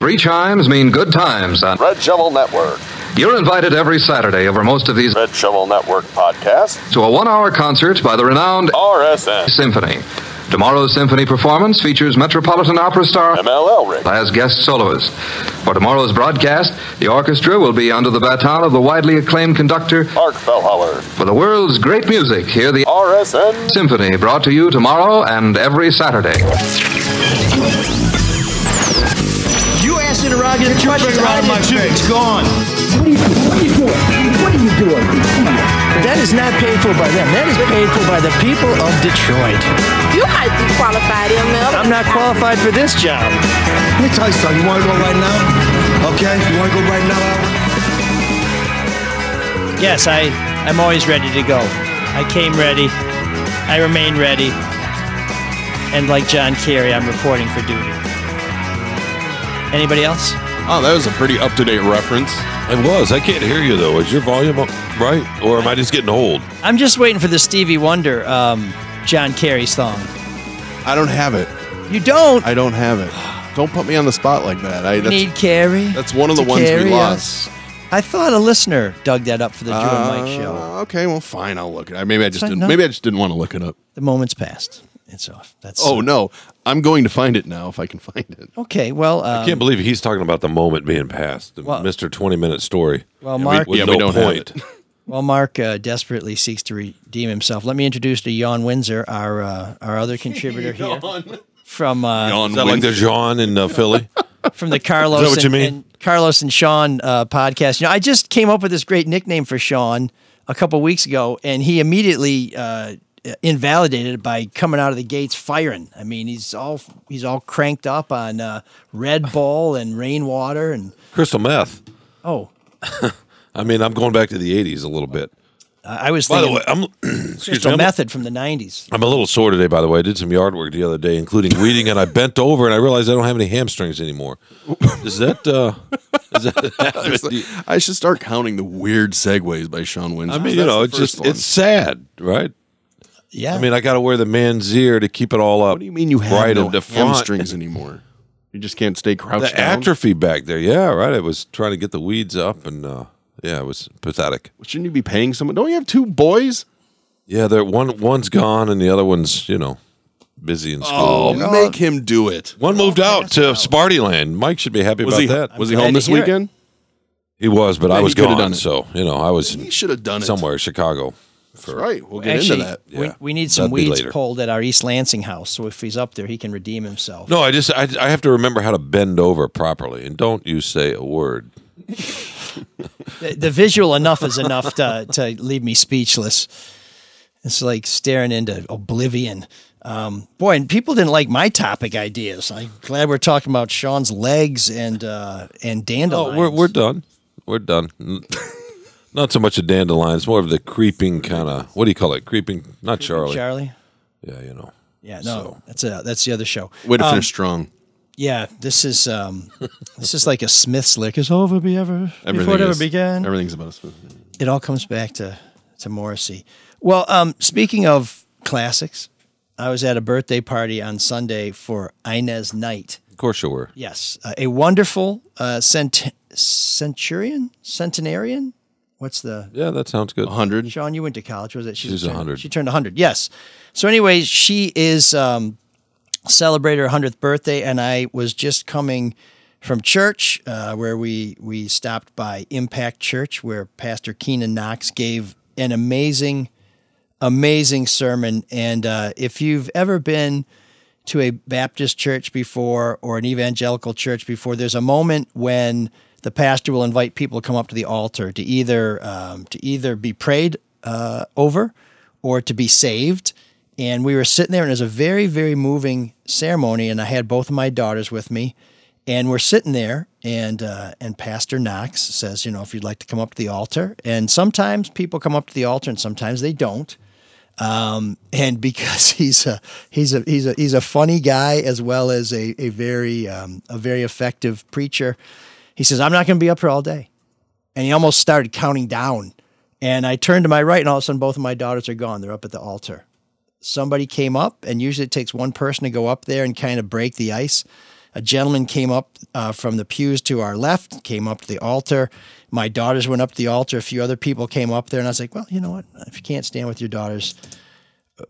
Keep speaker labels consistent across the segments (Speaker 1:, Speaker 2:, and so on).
Speaker 1: Free chimes mean good times on
Speaker 2: Red Shovel Network.
Speaker 1: You're invited every Saturday over most of these
Speaker 2: Red Shovel Network podcast.
Speaker 1: to a one hour concert by the renowned
Speaker 2: RSN.
Speaker 1: Symphony. Tomorrow's symphony performance features Metropolitan Opera star
Speaker 2: ML Elric.
Speaker 1: as guest soloist. For tomorrow's broadcast, the orchestra will be under the baton of the widely acclaimed conductor
Speaker 2: Mark Fellhauer.
Speaker 1: for the world's great music. Hear the
Speaker 2: RSN.
Speaker 1: Symphony brought to you tomorrow and every Saturday.
Speaker 3: You asked it around your questions.
Speaker 4: around my
Speaker 3: It's gone.
Speaker 5: What are you doing? What are you doing? What are you doing? Come on.
Speaker 3: That is not paid for by them. That is paid for by the people of Detroit.
Speaker 6: You might be qualified, ML.
Speaker 3: I'm not qualified for this job.
Speaker 4: Let me tell you something. You want to go right now? Okay, you want to go right now?
Speaker 3: Yes, I, I'm always ready to go. I came ready. I remain ready. And like John Kerry, I'm reporting for duty. Anybody else?
Speaker 7: Oh, that was a pretty up to date reference.
Speaker 8: It was. I can't hear you though. Is your volume up right, or am I just getting old?
Speaker 3: I'm just waiting for the Stevie Wonder um, John Kerry song.
Speaker 7: I don't have it.
Speaker 3: You don't
Speaker 7: I don't have it. Don't put me on the spot like that. I that's,
Speaker 3: need Kerry.
Speaker 7: that's one of the
Speaker 3: to
Speaker 7: ones we
Speaker 3: carry
Speaker 7: lost.
Speaker 3: us. I thought a listener dug that up for the Drew and Mike show.
Speaker 7: Uh, Okay, well, fine. I'll look it. Up. Maybe I just
Speaker 3: Fine,
Speaker 7: didn't.
Speaker 3: no.
Speaker 7: Maybe I just didn't want to look it up.
Speaker 3: The moment's passed. It's off. That's
Speaker 7: Oh no, I'm going to find it now if I can find it.
Speaker 3: Okay, well, um,
Speaker 8: I can't believe he's talking about the moment being passed. The
Speaker 3: Well-
Speaker 8: Mr. 20 minute story.
Speaker 3: Well, Mark-
Speaker 8: with
Speaker 7: yeah,
Speaker 8: no
Speaker 7: we don't have
Speaker 8: point.
Speaker 7: it.
Speaker 3: While Mark uh, desperately seeks to redeem himself, let me introduce to Jan Windsor, our uh, our other contributor here from uh,
Speaker 7: Yawn
Speaker 8: Is that like the
Speaker 7: Windsor.
Speaker 8: Jean in uh, Philly?
Speaker 3: from the Carlos
Speaker 8: what you
Speaker 3: and,
Speaker 8: mean?
Speaker 3: and Carlos and Sean uh, podcast. You know, I just came up with this great nickname for Sean a couple weeks ago, and he immediately uh, invalidated it by coming out of the gates firing. I mean, he's all he's all cranked up on uh, Red Bull and rainwater, and
Speaker 8: Crystal meth.
Speaker 3: oh,
Speaker 8: I mean, I'm going back to the 80s a little bit.
Speaker 3: I I was
Speaker 8: By the
Speaker 3: thinking
Speaker 8: way, I'm excuse me.
Speaker 3: crystal
Speaker 8: I'm,
Speaker 3: method from the '90s.
Speaker 8: I'm a little sore today. By the way, I did some yard work the other day, including weeding, and I bent over and I realized I don't have any hamstrings anymore. Is that? Uh, is that
Speaker 7: I should start counting the weird segues by Sean Windsor.
Speaker 8: I mean, you
Speaker 7: That's
Speaker 8: know,
Speaker 7: the
Speaker 8: it's just
Speaker 7: first one.
Speaker 8: it's sad, right?
Speaker 3: Yeah,
Speaker 8: I mean, I got to wear the man's ear to keep it all up.
Speaker 7: What do you mean you have
Speaker 8: right
Speaker 7: no
Speaker 8: and defiant.
Speaker 7: hamstrings anymore? You just can't stay crouched
Speaker 8: The
Speaker 7: down.
Speaker 8: atrophy back there, yeah, right. I was trying to get the weeds up, and uh, yeah, it was pathetic.
Speaker 7: Shouldn't you be paying someone? Don't you have two boys?
Speaker 8: Yeah, there one one's gone, and the other one's you know busy in school.
Speaker 7: Oh, make him do it.
Speaker 8: One moved out to Spartyland. Mike should be happy
Speaker 7: Was
Speaker 8: about
Speaker 7: he
Speaker 8: that.
Speaker 7: was he
Speaker 3: glad
Speaker 7: home
Speaker 3: to
Speaker 7: this
Speaker 3: hear it.
Speaker 7: weekend?
Speaker 8: He was, but I
Speaker 7: he
Speaker 8: was
Speaker 7: coulda
Speaker 8: gone.
Speaker 7: done it.
Speaker 8: So you know, I was
Speaker 7: He should have done it
Speaker 8: somewhere Chicago.
Speaker 7: That's right. We'll get
Speaker 3: Actually,
Speaker 7: into that.
Speaker 3: we,
Speaker 8: Yeah.
Speaker 3: we need some
Speaker 8: That'd be
Speaker 3: weeds
Speaker 8: later.
Speaker 3: pulled at our East Lansing house. So if he's up there, he can redeem himself.
Speaker 8: No, I just I, I have to remember how to bend over properly, and don't you say a word.
Speaker 3: The, the visual enough is enough to, to leave me speechless. It's like staring into oblivion. Um, boy, and people didn't like my topic ideas. I'm glad we're talking about Sean's legs and uh, and
Speaker 8: Oh,
Speaker 3: dandelions.
Speaker 8: we're we're done. We're done. N- Not so much a dandelion. It's more of the creeping kind of. What do you call it? Creeping. Not Charlie.
Speaker 3: Charlie.
Speaker 8: Yeah, you know.
Speaker 3: Yeah, no, that's a that's the other show.
Speaker 7: Way to
Speaker 3: Um,
Speaker 7: finish strong.
Speaker 3: Yeah, this is um, this is like a Smith's lick. Is over be ever before it
Speaker 7: Everything
Speaker 3: ever
Speaker 7: is-
Speaker 3: began.
Speaker 7: Everything's about us.
Speaker 3: it all comes back to to Morrissey. Well, um, speaking of classics, I was at a birthday party on Sunday for Inez Knight.
Speaker 8: Of course you were.
Speaker 3: Yes, uh, a wonderful uh, cent- centurion, centenarian. What's the
Speaker 8: Yeah, that sounds good.
Speaker 7: 100.
Speaker 3: Sean? You went to college, was it? She
Speaker 8: She's
Speaker 3: turned-
Speaker 8: 100.
Speaker 3: She turned hundred. Yes. So, anyways, she is um, celebrated her hundredth birthday, and I was just coming from church uh, where we we stopped by Impact Church, where Pastor Keenan Knox gave an amazing, amazing sermon. And uh, if you've ever been to a Baptist church before or an evangelical church before, there's a moment when the pastor will invite people to come up to the altar to either um, to either be prayed uh, over or to be saved. And we were sitting there, and it was a very, very moving ceremony. And I had both of my daughters with me, and we're sitting there, and uh, and Pastor Knox says, you know, if you'd like to come up to the altar. And sometimes people come up to the altar, and sometimes they don't and because he's a he's a he's a he's a funny guy as well as a a very um, a very effective preacher. He says, "I'm not going to be up here all day," and he almost started counting down. And I turned to my right, and all of a sudden, both of my daughters are gone. They're up at the altar. Somebody came up, and usually it takes one person to go up there and kind of break the ice. A gentleman came up uh, from the pews to our left, came up to the altar. My daughters went up to the altar. A few other people came up there, and I was like, "Well, you know what? If you can't stand with your daughters,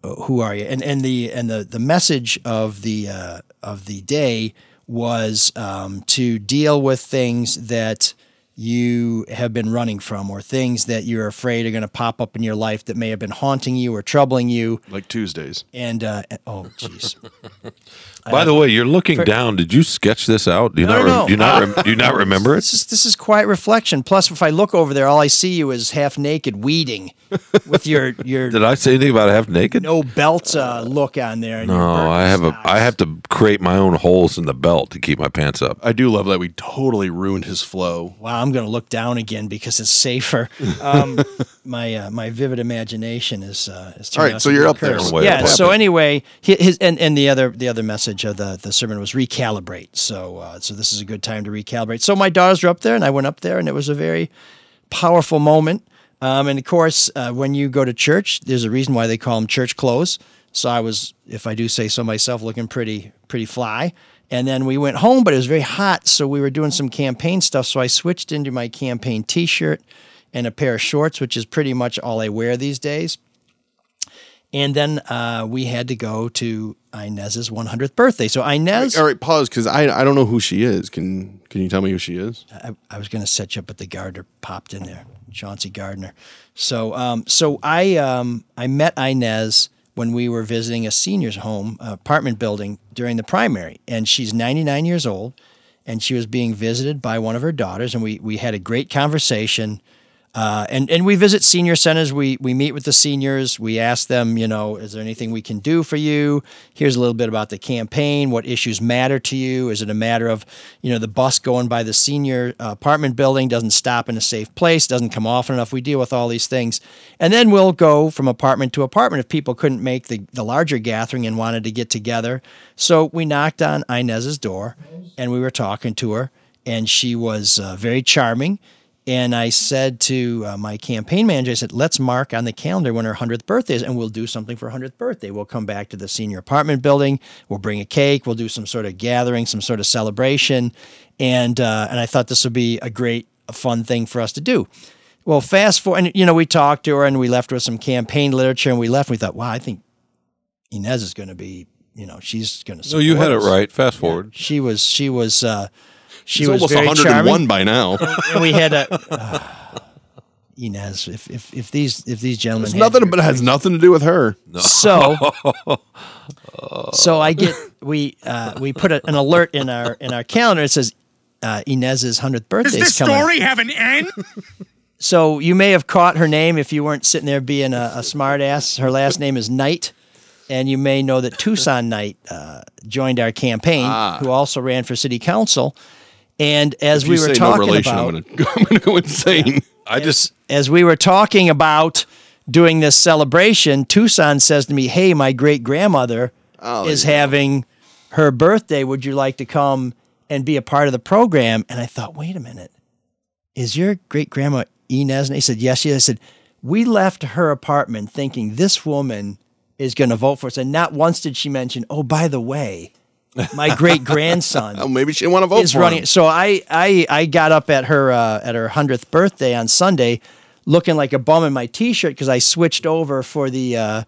Speaker 3: who are you? And and the and the the message of the uh, of the day was um, to deal with things that you have been running from, or things that you're afraid are going to pop up in your life that may have been haunting you or troubling you.
Speaker 7: Like Tuesdays.
Speaker 3: And uh, and- oh, jeez,
Speaker 8: By the way, you're looking down. Did you sketch this out? Do you
Speaker 3: No,
Speaker 8: not?
Speaker 3: no, no.
Speaker 8: do you not? rem- do you not remember it?
Speaker 3: this is this is quiet reflection. Plus, if I look over there, all I see you is half naked weeding with your your
Speaker 8: Did I say anything about half naked?
Speaker 3: no belt uh, look on there. and your
Speaker 8: No,
Speaker 3: Birkenstocks.
Speaker 8: I have a. I have to create my own holes in the belt to keep my pants
Speaker 3: Uh,
Speaker 8: up.
Speaker 7: I do love that we totally ruined his flow.
Speaker 3: wow, I'm going to look down again because it's safer. Um, my uh, my vivid imagination is uh, is turning
Speaker 7: All right,
Speaker 3: out
Speaker 7: so
Speaker 3: to be
Speaker 7: you're
Speaker 3: a
Speaker 7: up there.
Speaker 3: curse.
Speaker 8: Way
Speaker 3: Yeah.
Speaker 8: up.
Speaker 3: So anyway, hi- his and, and the other the other message of the the sermon was recalibrate. So uh, so this is a good time to recalibrate. So my daughters were up there, and I went up there, and it was a very powerful moment. Um, and of course, uh, when you go to church, there's a reason why they call them church clothes. So I was, if I do say so myself, looking pretty, pretty fly. And then we went home, but it was very hot, so we were doing some campaign stuff. So I switched into my campaign T-shirt and a pair of shorts, which is pretty much all I wear these days. And then uh, we had to go to Inez's 100th birthday. So Inez,
Speaker 7: All right, pause because I I don't know who she is. Can Can you tell me who she is?
Speaker 3: I, I was going to set you up, but the gardener popped in there, Chauncey Gardner. So, um, so I um, I met Inez when we were visiting a senior's home uh, apartment building during the primary, and she's 99 years old, and she was being visited by one of her daughters, and we we had a great conversation. Uh, and and we visit senior centers. We we meet with the seniors. We ask them, you know, is there anything we can do for you? Here's a little bit about the campaign. What issues matter to you? Is it a matter of, you know, the bus going by the senior uh, apartment building doesn't stop in a safe place, doesn't come often enough? We deal with all these things, and then we'll go from apartment to apartment if people couldn't make the the larger gathering and wanted to get together. So we knocked on Inez's door, and we were talking to her, and she was uh, very charming. And I said to uh, my campaign manager, I said, let's mark on the calendar when her 100th birthday is, and we'll do something for her 100th birthday. We'll come back to the senior apartment building. We'll bring a cake. We'll do some sort of gathering, some sort of celebration. And, uh, and I thought this would be a great, a fun thing for us to do. Well, fast forward, and you know, we talked to her and we left her with some campaign literature and we left. And we thought, wow, I think Inez is going to be, you know, she's going to.
Speaker 8: No, you had it right. Fast forward.
Speaker 3: She was, she was, uh, she
Speaker 7: She's
Speaker 3: was
Speaker 7: almost
Speaker 3: very
Speaker 7: 101
Speaker 3: charming
Speaker 7: by now.
Speaker 3: and we had a uh, Inez. If if if these if these gentlemen
Speaker 7: It's
Speaker 3: had
Speaker 7: nothing,
Speaker 3: your-
Speaker 7: but it has nothing to do with her.
Speaker 3: so
Speaker 7: Oh.
Speaker 3: so I get we uh, we put a, an alert in our in our calendar. It says uh, Inez's hundredth birthday is coming. up.
Speaker 9: have an end?
Speaker 3: So you may have caught her name if you weren't sitting there being a, a smart ass. Her last name is Knight. And you may know that Tucson Knight uh, joined our campaign, who also ran for city council. And as
Speaker 7: Ah. If
Speaker 3: we
Speaker 7: you
Speaker 3: were
Speaker 7: say
Speaker 3: talking
Speaker 7: no relation,
Speaker 3: about,
Speaker 7: I'm gonna I'm gonna go insane.
Speaker 8: I just
Speaker 3: as we were talking about doing this celebration, Tucson says to me, "Hey, my great grandmother is having her birthday. Would you like to come and be a part of the program?" And I thought, "Wait a minute, is your great grandma Inez?" And he said, "Yes, she is." I said, "We left her apartment thinking this woman is going to vote for us, and not once did she mention, oh, by the way." My great grandson
Speaker 7: Oh, maybe she didn't want to vote
Speaker 3: is
Speaker 7: for
Speaker 3: running.
Speaker 7: him.
Speaker 3: So I, I I got up at her uh, at her hundredth birthday on Sunday, looking like a bum in my T-shirt because I switched over for the uh,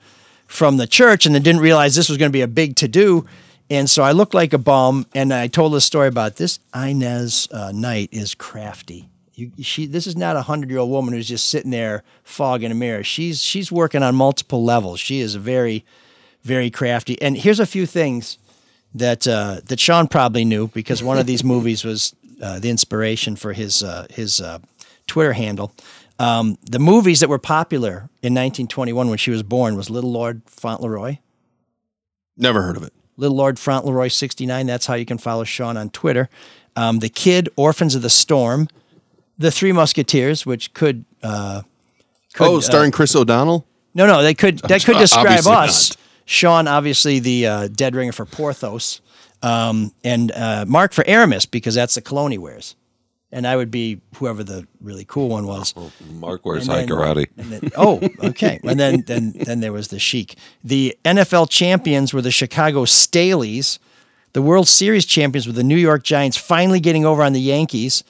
Speaker 3: from the church and then didn't realize this was going to be a big to do. And so I looked like a bum, and I told a story about this. Inez uh, Knight is crafty. You, she, this is not a hundred-year-old woman who's just sitting there fogging a mirror. She's she's working on multiple levels. She is very, very crafty. And here's a few things that uh, that Sean probably knew because one of these movies was uh, the inspiration for his uh, his uh, Twitter handle. Um, the movies that were popular in 1921 when she was born was Little Lord Fauntleroy,
Speaker 7: Never heard of it.
Speaker 3: Little Lord Fauntleroy 69. That's how you can follow Sean on Twitter. Um, the Kid, Orphans of the Storm, The Three Musketeers, which could uh, could,
Speaker 7: oh,
Speaker 3: uh,
Speaker 7: starring Chris O'Donnell.
Speaker 3: no, no, they could that could describe
Speaker 7: obviously
Speaker 3: us.
Speaker 7: not.
Speaker 3: Sean, obviously the uh, dead ringer for Porthos, um, and uh, Mark for Aramis because that's the cologne he wears, and I would be whoever the really cool one was.
Speaker 7: Oh.
Speaker 8: Mark wears
Speaker 3: And
Speaker 8: high
Speaker 3: then-
Speaker 8: karate.
Speaker 3: and then- oh, okay. And then then then there was the Sheik. The NFL champions were the Chicago Staleys. The World Series champions were the New York Giants finally getting over on the Yankees.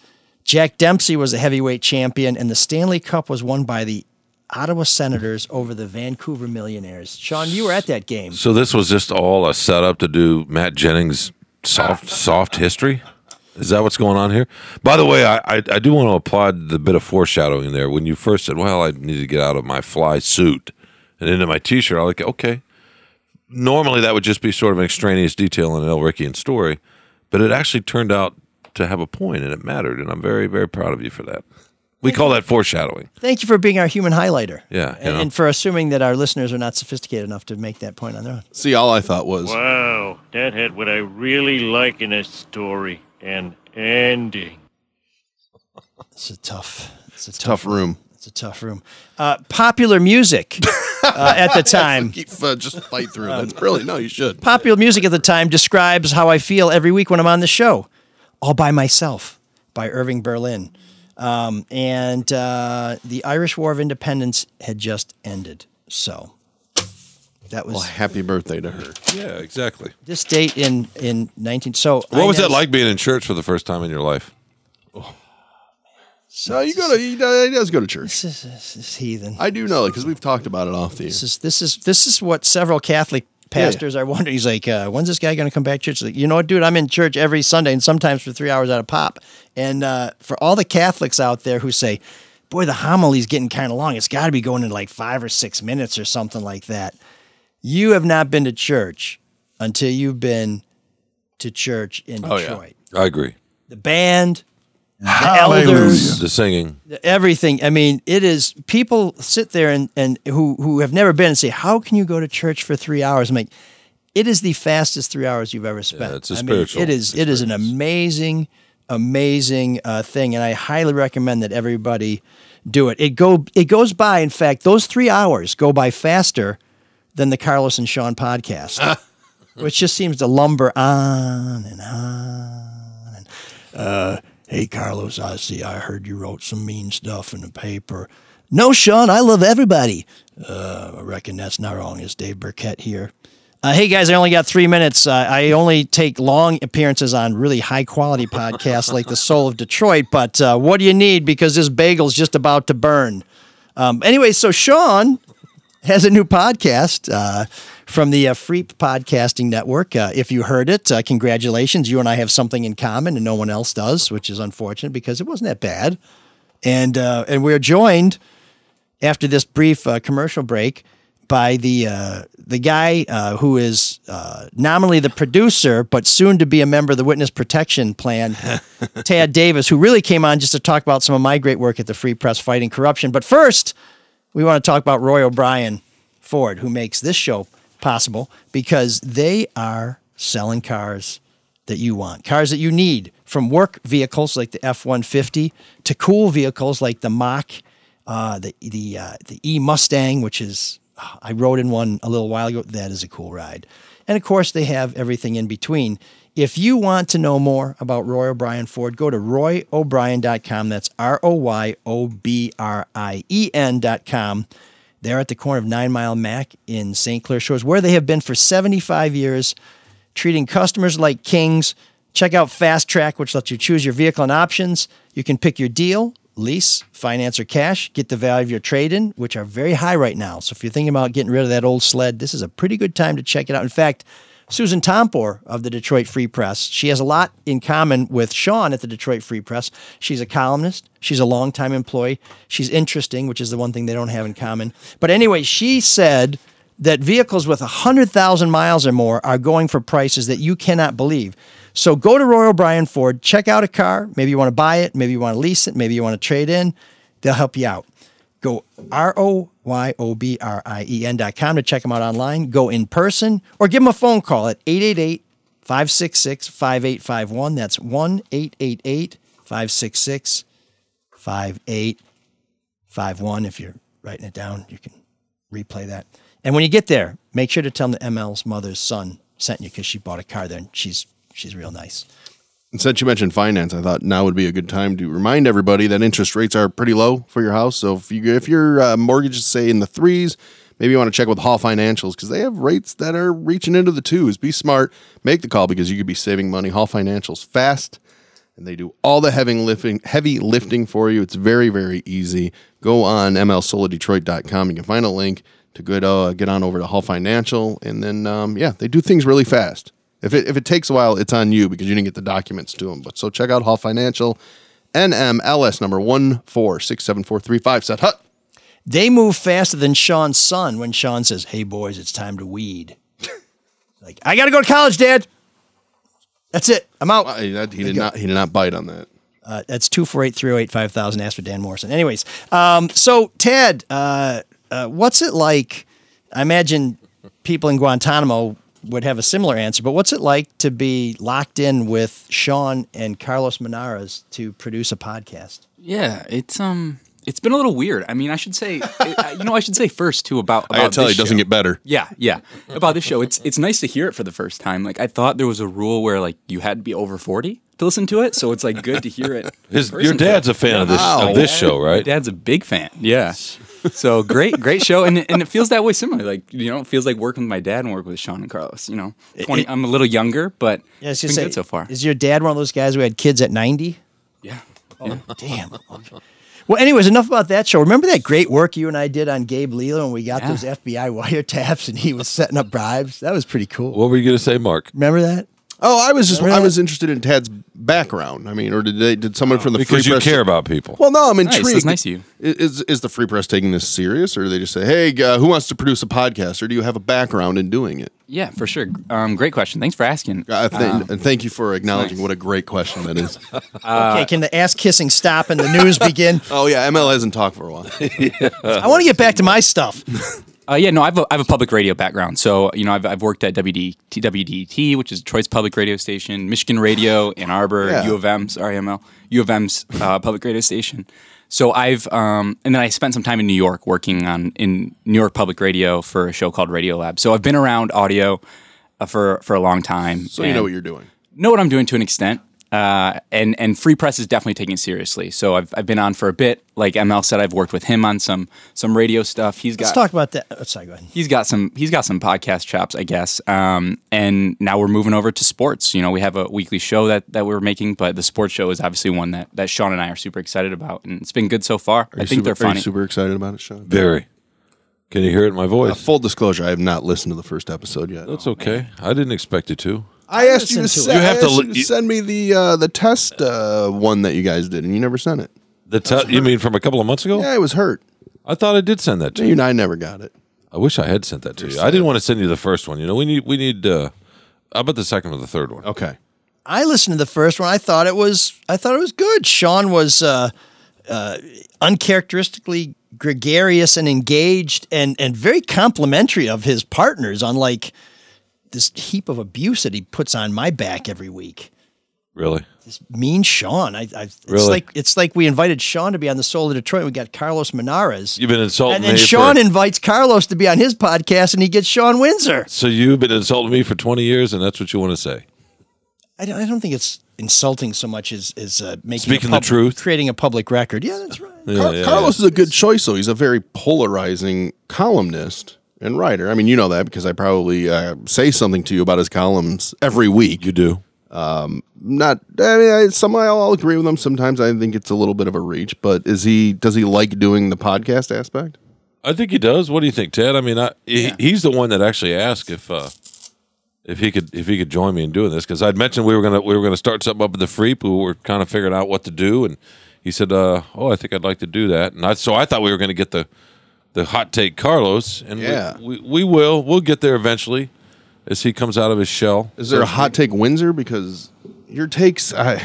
Speaker 3: Jack Dempsey was a heavyweight champion, and the Stanley Cup was won by the Ottawa Senators over the Vancouver Millionaires. Sean, you were at that game.
Speaker 8: So this was just all a setup to do Matt Jennings soft soft history. Is that what's going on here? By the way, I, I, I do want to applaud the bit of foreshadowing there. When you first said, "Well, I need to get out of my fly suit and into my t-shirt," I was like, "Okay." Normally, that would just be sort of an extraneous detail in an El Rickian story, but it actually turned out to have a point, and it mattered. And I'm very, very proud of you for that. We call that foreshadowing.
Speaker 3: Thank you for being our human highlighter.
Speaker 8: Yeah, you
Speaker 3: And,
Speaker 8: know.
Speaker 3: and for assuming that our listeners are not sophisticated enough to make that point on their own.
Speaker 7: See, all I thought was
Speaker 9: Wow, that had Oh, what I really like in a story an ending.
Speaker 3: It's a tough, it's a tough,
Speaker 7: tough room.
Speaker 3: it's a tough room. Uh, popular music uh, at the time.
Speaker 7: Keep, uh, just fight through it. Really, no, you should.
Speaker 3: Popular music at the time describes how I feel every week when I'm on the show, all by myself, by Irving Berlin. Um, and uh, the Irish War of Independence had just ended, so that was
Speaker 7: Well, happy birthday to her.
Speaker 8: Yeah, exactly.
Speaker 3: this date in in 19. So
Speaker 8: What was
Speaker 3: Inez-
Speaker 8: that like being in church for the first time in your life?
Speaker 7: No, you go to. He does, he does go to church.
Speaker 3: This is, this is heathen.
Speaker 7: I do know it because we've talked about it off the air.
Speaker 3: This is this is this is what several Catholic pastors are wondering. He's like, uh, when's this guy going to come back to church? Like, you know what, dude? I'm in church every Sunday, and sometimes for three hours at a pop. And uh, for all the Catholics out there who say, "Boy, the homily's getting kind of long. It's got to be going in like five or six minutes or something like that." You have not been to church until you've been to church in
Speaker 8: Oh,
Speaker 7: yeah.
Speaker 3: Detroit.
Speaker 8: I agree.
Speaker 3: The band, the elders,
Speaker 8: The singing.
Speaker 3: everything. I mean, it is people sit there and, and who who have never been and say, "How can you go to church for three hours?" I'm like, it is the fastest three hours you've ever spent.
Speaker 8: it's a
Speaker 3: I mean,
Speaker 8: spiritual
Speaker 3: it is it is an amazing, amazing uh, thing, and I highly recommend that everybody do it. It go it goes by. In fact, those three hours go by faster than the Carlos and Sean podcast, which just seems to lumber on and on. And, uh, hey, Carlos, I see. I heard you wrote some mean stuff in the paper. No, Sean, I love everybody. Uh, I reckon that's not wrong. It's Dave Burkett here. Uh, hey guys, I only got three minutes. Uh, I only take long appearances on really high quality podcasts like The Soul of Detroit, but uh, what do you need? Because this bagel's just about to burn. Um, anyway, so Sean has a new podcast uh, from the uh, Freep Podcasting Network. Uh, if you heard it, uh, congratulations. You and I have something in common, and no one else does, which is unfortunate because it wasn't that bad. And uh, and we're joined after this brief uh, commercial break by the uh, the guy uh, who is uh, nominally the producer, but soon to be a member of the Witness Protection Plan, Tad Davis, who really came on just to talk about some of my great work at the Free Press fighting corruption. But first, we want to talk about Roy O'Brien Ford, who makes this show possible because they are selling cars that you want, cars that you need from work vehicles like the F 150 to cool vehicles like the Mach, uh, the, the, uh, the E Mustang, which is, I rode in one a little while ago. That is a cool ride. And of course, they have everything in between. If you want to know more about Roy O'Brien Ford, go to royobrien.com. That's R O Y O B R I E N.com. They're at the corner of Nine Mile Mac in St. Clair Shores, where they have been for 75 years, treating customers like kings. Check out Fast Track, which lets you choose your vehicle and options. You can pick your deal, lease, finance, or cash. Get the value of your trade in, which are very high right now. So if you're thinking about getting rid of that old sled, this is a pretty good time to check it out. In fact, Susan Tompor of the Detroit Free Press. She has a lot in common with Sean at the Detroit Free Press. She's a columnist. She's a longtime employee. She's interesting, which is the one thing they don't have in common. But anyway, she said that vehicles with 100,000 miles or more are going for prices that you cannot believe. So go to Royal Bryan Ford, check out a car. Maybe you want to buy it. Maybe you want to lease it. Maybe you want to trade in. They'll help you out. Go R O Y O B R I E N dot com to check them out online. Go in person or give them a phone call at 888 566 5851. That's 1 888 566 5851. If you're writing it down, you can replay that. And when you get there, make sure to tell them that ML's mother's son sent you because she bought a car there and she's she's real nice.
Speaker 7: And since you mentioned finance, I thought now would be a good time to remind everybody that interest rates are pretty low for your house. So if you if your uh, mortgage is say in the threes, Maybe you want to check with Hall Financials because they have rates that are reaching into the twos. Be smart, make the call because you could be saving money. Hall Financials fast, and they do all the heavy lifting, heavy lifting for you. It's very, very easy. Go on mlsoladetroit.com. You can find a link to good, uh, get on over to Hall Financial, and then um, yeah, they do things really fast. If it, if it takes a while, it's on you because you didn't get the documents to them. But so check out Hall Financial, NMLS number one four six seven four three five. Set hut.
Speaker 3: They move faster than Sean's son when Sean says, Hey, boys, it's time to weed. like, I got to go to college, Dad. That's it. I'm out.
Speaker 7: Uh, that- he did not. He did not bite on that.
Speaker 3: Uh, that's 248 308 5000. Ask for Dan Morrison. Anyways, um, so Ted, uh, uh, what's it like? I imagine people in Guantanamo would have a similar answer, but what's it like to be locked in with Sean and Carlos Menares to produce a podcast?
Speaker 10: Yeah, it's um, it's been a little weird. I mean, I should say, I- you know, I should say first too about. about
Speaker 7: I gotta tell you, it
Speaker 10: this
Speaker 7: doesn't
Speaker 10: show.
Speaker 7: get better.
Speaker 10: Yeah, yeah. About this show, it's it's nice to hear it for the first time. Like I thought there was a rule where like you had to be over forty to listen to it, so it's like good to hear it. in
Speaker 8: His, your
Speaker 10: person.
Speaker 8: dad's a fan of this of this show,
Speaker 10: My
Speaker 8: right?
Speaker 10: dad's a big fan. Yeah. So great, great show, and it- and it feels that way similar. Like you know, it feels like working with my dad and working with Sean and Carlos. You know, twenty. I'm a little younger, but
Speaker 3: Yeah,
Speaker 10: it's
Speaker 3: it's
Speaker 10: been
Speaker 3: just
Speaker 10: good so far.
Speaker 3: Is your dad one of those guys who had kids at 90?
Speaker 10: Yeah.
Speaker 3: Damn. Okay. Well, anyways, enough about that show. Remember that great work you and I did on Gabe Leland when we got
Speaker 10: Yeah.
Speaker 3: those FBI wiretaps and he was setting up bribes? That was pretty cool.
Speaker 8: What were you going to say, Mark?
Speaker 3: Remember that?
Speaker 7: Oh, I was just
Speaker 3: Remember
Speaker 7: I
Speaker 3: that?
Speaker 7: was interested in Tad's background. I mean, or did they did someone from the
Speaker 8: Because
Speaker 7: free
Speaker 8: you
Speaker 7: press
Speaker 8: care about people.
Speaker 7: Well, no, I'm
Speaker 10: that's
Speaker 7: intrigued.
Speaker 10: nice of you.
Speaker 7: I- Is is the free press taking this serious, or do they just say, "Hey, uh, who wants to produce a podcast?" Or do you have a background in doing it?
Speaker 10: Yeah, for sure. Um, great question. Thanks for asking.
Speaker 7: I th-
Speaker 10: Um,
Speaker 7: and thank you for acknowledging
Speaker 10: nice.
Speaker 7: what a great question that is.
Speaker 3: okay, can the ass kissing stop and the news begin?
Speaker 7: oh yeah, ML hasn't talked for a while.
Speaker 3: I want to get back to my stuff.
Speaker 10: Uh, yeah, no, I have, a, I have a public radio background. So, you know, I've, I've worked at WD, WDET, which is Detroit's public radio station, Michigan Radio, Ann Arbor,
Speaker 7: Yeah.
Speaker 10: U of M's, sorry, ML, U of M's uh, public radio station. So I've, um, and then I spent some time in New York working on, in New York Public Radio for a show called Radio Lab. So I've been around audio uh, for, for a long time.
Speaker 7: So you know
Speaker 10: and-
Speaker 7: what you're doing.
Speaker 10: know what I'm doing to an extent. Uh, and and Free Press is definitely taking it seriously. So I've, I've been on for a bit. Like ML said, I've worked with him on some some radio stuff. He's got
Speaker 3: Let's talk about that. Oh, sorry, go ahead.
Speaker 10: he's got some he's got some podcast chops, I guess. Um, and now we're moving over to sports. You know, we have a weekly show that that we're making, but the sports show is obviously one that that Sean and I are super excited about, and it's been good so far. I
Speaker 7: Are you
Speaker 10: think
Speaker 7: super,
Speaker 10: they're
Speaker 7: are you
Speaker 10: funny.
Speaker 7: super excited about it, Sean.
Speaker 8: Very. Can you hear it in my
Speaker 7: Uh,
Speaker 8: voice?
Speaker 7: full disclosure: I have not listened to the first episode yet.
Speaker 8: That's okay. I didn't expect you to.
Speaker 7: I asked you to,
Speaker 3: Listen to
Speaker 7: se-
Speaker 8: it. You have
Speaker 7: I
Speaker 8: to
Speaker 7: asked
Speaker 8: li-
Speaker 7: you
Speaker 8: you-
Speaker 7: send me the uh, the test uh, one that you guys did, and you never sent it.
Speaker 8: The te- you mean from a couple of months
Speaker 10: Oh.
Speaker 8: ago?
Speaker 7: Yeah, it was hurt.
Speaker 8: I thought I did send that to
Speaker 7: You and I never got it.
Speaker 8: I wish I had sent that to you. I didn't want to send you the first one. You know, we need we need. Uh, how about the second or the third one?
Speaker 7: Okay.
Speaker 3: I listened to the first one. I thought it was I thought it was good. Sean was uh, uh, uncharacteristically gregarious and engaged and and very complimentary of his partners, unlike this heap of abuse that he puts on my back every week.
Speaker 8: Really?
Speaker 3: Mean Sean. I, I it's
Speaker 8: Really?
Speaker 3: like it's like we invited Sean to be on the Soul of Detroit. We got Carlos Menares.
Speaker 8: You've been insulting
Speaker 3: and then
Speaker 8: me.
Speaker 3: Sean
Speaker 8: for,
Speaker 3: invites Carlos to be on his podcast and he gets Sean Windsor.
Speaker 8: so you've been insulting me for twenty years, and that's what you want to say?
Speaker 3: I don't, I don't think it's insulting so much as, as uh, making a
Speaker 8: Speaking the
Speaker 3: pub-
Speaker 8: truth.
Speaker 3: creating a public record. Yeah, that's right.
Speaker 8: Yeah,
Speaker 7: Car-
Speaker 8: yeah,
Speaker 7: Carlos is a good choice, though. He's a very polarizing columnist and writer. I mean, you know that because I probably uh, say something to you about his columns every week. Um,
Speaker 8: yeah. You do.
Speaker 7: Not, I mean, I, some I'll, I'll agree with him. Sometimes I think it's a little bit of a reach. But is he? Does he like doing the podcast aspect?
Speaker 8: I think he does. What do you think, Ted? I mean, I, he, he's the one that actually asked if uh, if he could if he could join me in doing this because I'd mentioned we were gonna we were gonna start something up at the Freep. We were kind of figuring out what to do, and he said, uh, "Oh, I think I'd like to do that." And I, so I thought we were gonna get the the hot take Carlos, and we-
Speaker 7: Yeah.
Speaker 8: we, we, will we'll get there eventually as he comes out of his shell.
Speaker 7: Is there a hot take Windsor? Because your takes, I,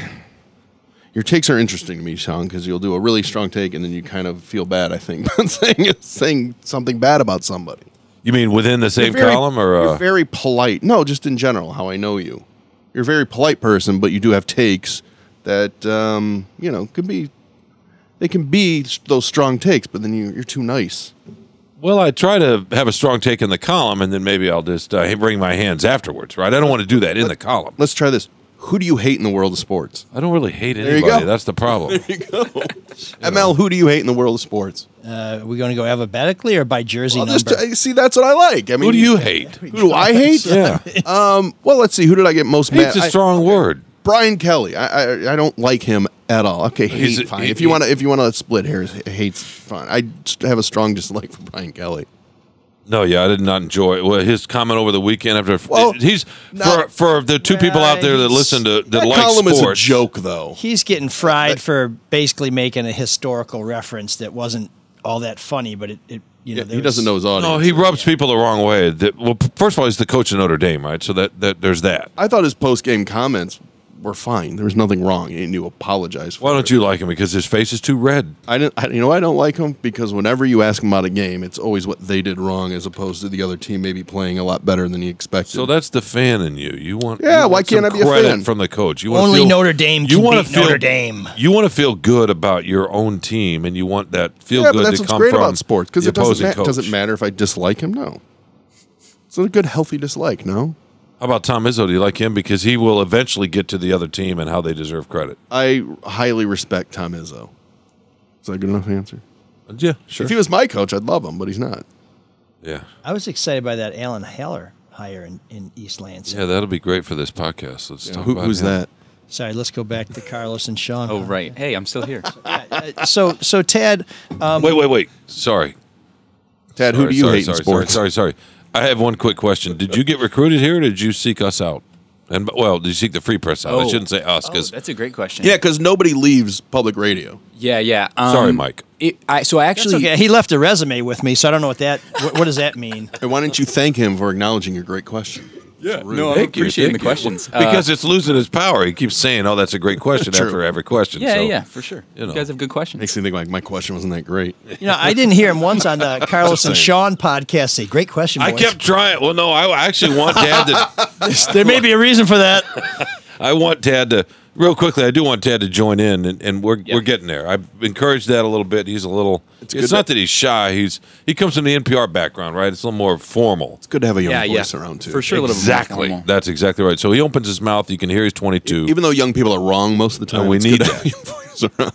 Speaker 7: your takes are interesting to me, Sean. Because you'll do a really strong take, and then you kind of feel bad. I think about saying saying something bad about somebody.
Speaker 8: You mean within the same
Speaker 7: You're very-
Speaker 8: column or
Speaker 7: you're
Speaker 8: uh,
Speaker 7: very polite? No, just in general, how I know you. You're a very polite person, but you do have takes that um, you know can be. They can be s- those strong takes, but then you, you're too nice.
Speaker 8: Well, I try to have a strong take in the column, and then maybe I'll just uh, bring my hands afterwards, right? I don't want to do that in the column.
Speaker 7: Let's try this. Who do you hate in the world of sports?
Speaker 8: I don't really hate
Speaker 7: you
Speaker 8: anybody.
Speaker 7: go.
Speaker 8: That's the problem.
Speaker 7: ML, who do you hate in the world of sports?
Speaker 3: Uh, are we going to go alphabetically or by jersey
Speaker 7: Well,
Speaker 3: number?
Speaker 7: just I- see, that's what I like. I mean,
Speaker 8: Who do you hate?
Speaker 7: Who do I hate?
Speaker 8: Yeah.
Speaker 7: Um. Well, let's see. Who did I get most mad?
Speaker 8: Hate's a
Speaker 7: I-
Speaker 8: strong word.
Speaker 7: Brian Kelly. I, I I don't like him at all. Okay,
Speaker 8: He's
Speaker 7: hate,
Speaker 8: a-
Speaker 7: fine.
Speaker 8: he-
Speaker 7: if you
Speaker 8: he-
Speaker 7: want to, if you want to split hairs, h- hates fine. I just have a strong dislike for Brian Kelly.
Speaker 8: No, yeah, I did not enjoy well, his comment over the weekend after.
Speaker 7: Well,
Speaker 8: he's
Speaker 7: not-
Speaker 8: for for the two people out there that listen to that,
Speaker 7: That
Speaker 8: like
Speaker 7: column
Speaker 8: sports.
Speaker 7: is a joke, though.
Speaker 3: He's getting fried for basically making a historical reference that wasn't all that funny, but it, it you know
Speaker 7: Yeah,
Speaker 3: there
Speaker 7: he doesn't
Speaker 3: was-
Speaker 7: know his audience.
Speaker 8: No, he rubs people the wrong way. That well, p- first of all, he's the coach of Notre Dame, right? So that, that there's that.
Speaker 7: I thought his post game comments were fine. There was nothing wrong. He knew apologize. For
Speaker 8: Why
Speaker 7: it.
Speaker 8: don't you like him? Because his face is too red.
Speaker 7: I didn't. I, you know, why I don't like him because whenever you ask him about a game, it's always what they did wrong, as opposed to the other team maybe playing a lot better than he expected.
Speaker 8: So that's the fan in you. You want
Speaker 7: Yeah,
Speaker 8: you
Speaker 7: why
Speaker 8: want some
Speaker 7: can't I be a
Speaker 8: credit
Speaker 7: fan?
Speaker 8: from the coach? You wanna
Speaker 3: Only
Speaker 8: feel-
Speaker 3: Notre Dame
Speaker 8: You
Speaker 3: can
Speaker 8: wanna
Speaker 3: beat
Speaker 8: feel,
Speaker 3: Notre Dame.
Speaker 8: You want to feel good about your own team, and you want that feel
Speaker 7: yeah,
Speaker 8: good
Speaker 7: but that's
Speaker 8: to
Speaker 7: what's
Speaker 8: come
Speaker 7: great
Speaker 8: from
Speaker 7: about sports because
Speaker 8: the
Speaker 7: it doesn't,
Speaker 8: opposing
Speaker 7: ma-
Speaker 8: coach.
Speaker 7: doesn't matter if I dislike him. No, it's a good healthy dislike. No,
Speaker 8: How about Tom Izzo? Do you like him because he will eventually get to the other team and how they deserve credit?
Speaker 7: I highly respect Tom Izzo. Is that a good enough answer?
Speaker 8: Yeah, sure.
Speaker 7: If he was my coach, I'd love him, but he's not.
Speaker 8: yeah,
Speaker 3: I was excited by that Alan Heller hire in, in East Lansing.
Speaker 8: yeah, that'll be great for this podcast. Let's talk
Speaker 7: Who,
Speaker 8: about
Speaker 7: who's
Speaker 8: him.
Speaker 7: that?
Speaker 3: Sorry, let's go back to Carlos and Sean.
Speaker 10: Oh, right. Hey, I'm still here.
Speaker 3: Uh, so so Tad, um,
Speaker 8: Wait, wait, wait. Sorry,
Speaker 7: Tad,
Speaker 8: Sorry,
Speaker 7: who do you
Speaker 8: sorry,
Speaker 7: hate
Speaker 8: sorry,
Speaker 7: in sports?
Speaker 8: Sorry, sorry, sorry. I have one quick question. Did you get recruited here, or did you seek us out? And well, did you seek the free press out? I
Speaker 10: Oh.
Speaker 8: shouldn't say us
Speaker 10: Oh,
Speaker 8: because
Speaker 10: that's a great question.
Speaker 7: Yeah, because nobody leaves public radio.
Speaker 10: yeah, yeah. Um,
Speaker 8: Sorry, Mike.
Speaker 10: It, I, so I
Speaker 3: that's
Speaker 10: actually
Speaker 3: okay. He left a resume with me, so I don't know what that what, what does that mean.
Speaker 7: And why don't you thank him for acknowledging your great question?
Speaker 8: yeah,
Speaker 10: no, I'm appreciating the questions. Uh,
Speaker 8: because it's losing its power. He keeps saying, "Oh, that's a great question."
Speaker 7: True.
Speaker 8: after every question,
Speaker 10: Yeah,
Speaker 8: so,
Speaker 10: yeah, for sure.
Speaker 8: you
Speaker 10: You,
Speaker 8: know.
Speaker 10: guys have good questions.
Speaker 7: Makes me think like my question wasn't that great.
Speaker 3: You know, I didn't hear him once on the Carlos and Sean
Speaker 7: saying.
Speaker 3: podcast. Say, great question.
Speaker 8: I
Speaker 3: boys."
Speaker 8: kept trying. Well, no, I actually want Dad to.
Speaker 3: there may be a reason for that.
Speaker 8: I want Tad to real quickly. I do want Tad to join in, and, and we're we're getting there. I've encouraged that a little bit. He's a little. It's,
Speaker 7: good
Speaker 8: not
Speaker 7: that-
Speaker 8: that he's shy. He's he comes from the NPR background, right? It's a little more formal.
Speaker 7: It's good to have a young
Speaker 10: Yeah, yeah.
Speaker 7: voice around too.
Speaker 10: For sure, a little bit more formal.
Speaker 8: That's exactly right. So he opens his mouth. You can hear he's twenty two.
Speaker 7: Even though young people are wrong most of the time,
Speaker 8: And Oh, we
Speaker 7: it's
Speaker 8: need
Speaker 7: good to have a
Speaker 8: that.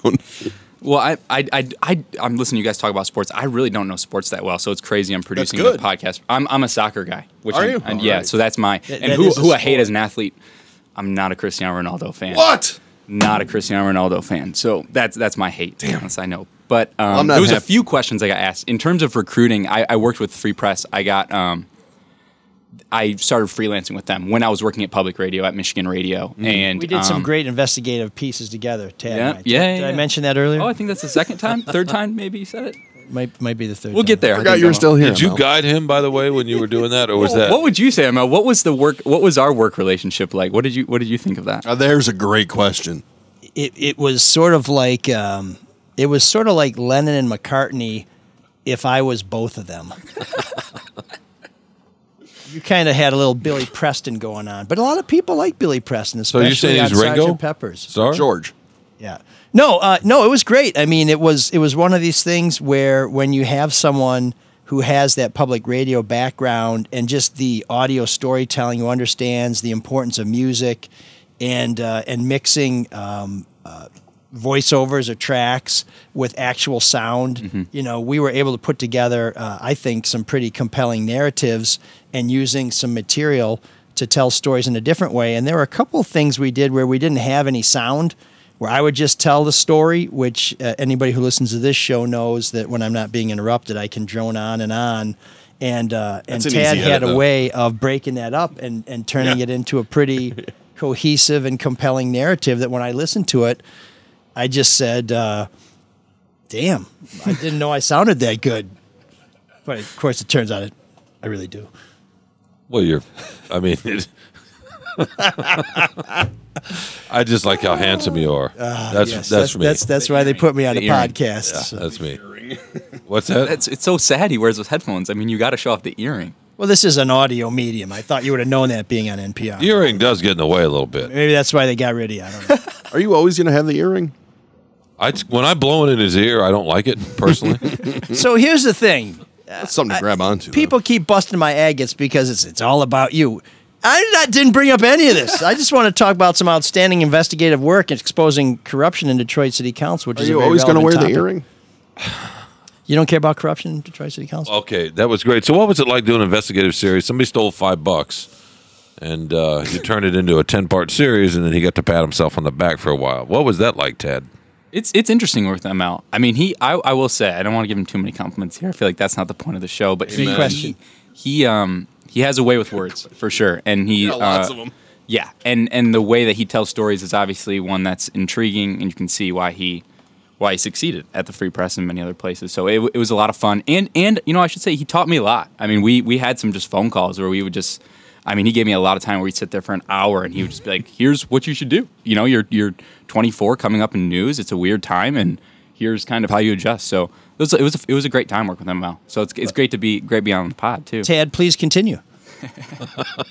Speaker 7: young voice around.
Speaker 10: Well, I, I, I, I, I'm listening to you guys talk about sports. I really don't know sports that well, so it's crazy. I'm producing a
Speaker 7: good.
Speaker 10: podcast. I'm, I'm a soccer guy. Which
Speaker 7: Are
Speaker 10: I'm-
Speaker 7: you?
Speaker 10: I'm-
Speaker 7: All
Speaker 10: yeah,
Speaker 7: right.
Speaker 10: so that's my.
Speaker 3: That-
Speaker 10: and
Speaker 3: that
Speaker 10: who,
Speaker 3: is a
Speaker 10: who I hate
Speaker 3: sport.
Speaker 10: as an athlete, I'm not a Cristiano Ronaldo fan.
Speaker 7: What?
Speaker 10: Not a Cristiano Ronaldo fan. So that's that's my hate. Damn, I know. But
Speaker 7: I'm
Speaker 10: um,
Speaker 7: not
Speaker 10: there was a
Speaker 7: happy.
Speaker 10: few questions I got asked in terms of recruiting. I, I worked with Free Press. I got. Um, I started freelancing with them when I was working at public radio at Michigan Radio, and
Speaker 3: We did some
Speaker 10: um,
Speaker 3: great investigative pieces together. Tad, and I.
Speaker 10: Yeah,
Speaker 3: Did-
Speaker 10: yeah,
Speaker 3: Did
Speaker 10: yeah.
Speaker 3: I mention that earlier?
Speaker 10: Oh, I think that's the second time, third time, maybe you said it.
Speaker 3: might might be the third.
Speaker 10: We'll
Speaker 3: time.
Speaker 10: get there. I
Speaker 7: Forgot
Speaker 10: think
Speaker 7: you were
Speaker 10: I'm-
Speaker 7: still here.
Speaker 8: Did you
Speaker 7: Mel.
Speaker 8: guide him, by the way, when you were doing that, or was that?
Speaker 10: What would you say, Emma? What was the work? What was our work relationship like? What did you What did you think of that?
Speaker 7: Uh, there's a great question.
Speaker 3: it, it was sort of like um, it was sort of like Lennon and McCartney if I was both of them. you kind of had a little Billy Preston going on, but a lot of people like Billy Preston,
Speaker 8: so
Speaker 3: especially
Speaker 8: you're saying
Speaker 3: on
Speaker 8: he's Ringo?
Speaker 3: Sgt. Pepper's.
Speaker 8: Sorry?
Speaker 7: George.
Speaker 3: Yeah. No, uh, no, it was great. I mean, it was it was one of these things where when you have someone who has that public radio background and just the audio storytelling, who understands the importance of music and uh, and mixing um, uh, voiceovers or tracks with actual sound,
Speaker 7: Mm-hmm.
Speaker 3: you know, we were able to put together, uh, I think, some pretty compelling narratives and using some material to tell stories in a different way. And there were a couple of things we did where we didn't have any sound where I would just tell the story, which uh, anybody who listens to this show knows that when I'm not being interrupted, I can drone on and on. And uh, and
Speaker 7: an
Speaker 3: Tad
Speaker 7: easy edit,
Speaker 3: had a
Speaker 7: though.
Speaker 3: way of breaking that up and and turning it into a pretty cohesive and compelling narrative. That when I listened to it, I just said, uh, "Damn, I didn't know I sounded that good." But of course, it turns out it, I really do.
Speaker 8: Well, you're. I mean, it- I just like how handsome you are. that's,
Speaker 3: Ah, Yes,
Speaker 8: that's me.
Speaker 3: That's that's why they put me on a
Speaker 10: earring.
Speaker 3: podcast. so.
Speaker 8: that's me. What's that?
Speaker 10: That's it's so sad. He wears those headphones. I mean, you got to show off the earring.
Speaker 3: Well, this is an audio medium. I thought you would have known that being on NPR.
Speaker 8: the earring does get in the way a little bit.
Speaker 3: Maybe that's why they got rid of you. I don't know.
Speaker 7: Are you always going to have the earring?
Speaker 8: I when I blow it in his ear, I don't like it personally.
Speaker 3: so here's the thing.
Speaker 7: That's something to grab onto. though.
Speaker 3: People keep busting my agates because it's it's all about you. I did not- didn't bring up any of this. I just want to talk about some outstanding investigative work exposing corruption in Detroit City Council, which
Speaker 7: Are
Speaker 3: is a
Speaker 7: you
Speaker 3: very
Speaker 7: always going to
Speaker 3: relevant
Speaker 7: wear
Speaker 3: topic.
Speaker 7: the earring?
Speaker 3: You don't care about corruption in Detroit City Council?
Speaker 8: Okay, that was great. So, what was it like doing an investigative series? Somebody stole five bucks, and uh, you turned it into a ten-part series, and then he got to pat himself on the back for a while. What was that like, Ted?
Speaker 10: It's it's interesting with ML. I mean, he I, I will say I don't want to give him too many compliments here. I feel like that's not the point of the show. But he,
Speaker 3: Good question.
Speaker 10: he he, um he has a way with words for sure, and he
Speaker 7: Yeah, lots
Speaker 10: uh,
Speaker 7: of 'em.
Speaker 10: Yeah, and and the way that he tells stories is obviously one that's intriguing, and you can see why he why he succeeded at the Free Press and many other places. So it, w- it was a lot of fun, and and you know I should say he taught me a lot. I mean, we we had some just phone calls where we would just. I mean, he gave me a lot of time where we'd sit there for an hour and he would just be like, here's what you should do. You know, you're, you're 24 coming up in news. It's a weird time and here's kind of how you adjust. So it was, it was, a, it was a great time working with ML. So it's, it's great to be great to be on the pod too.
Speaker 3: Tad, please continue.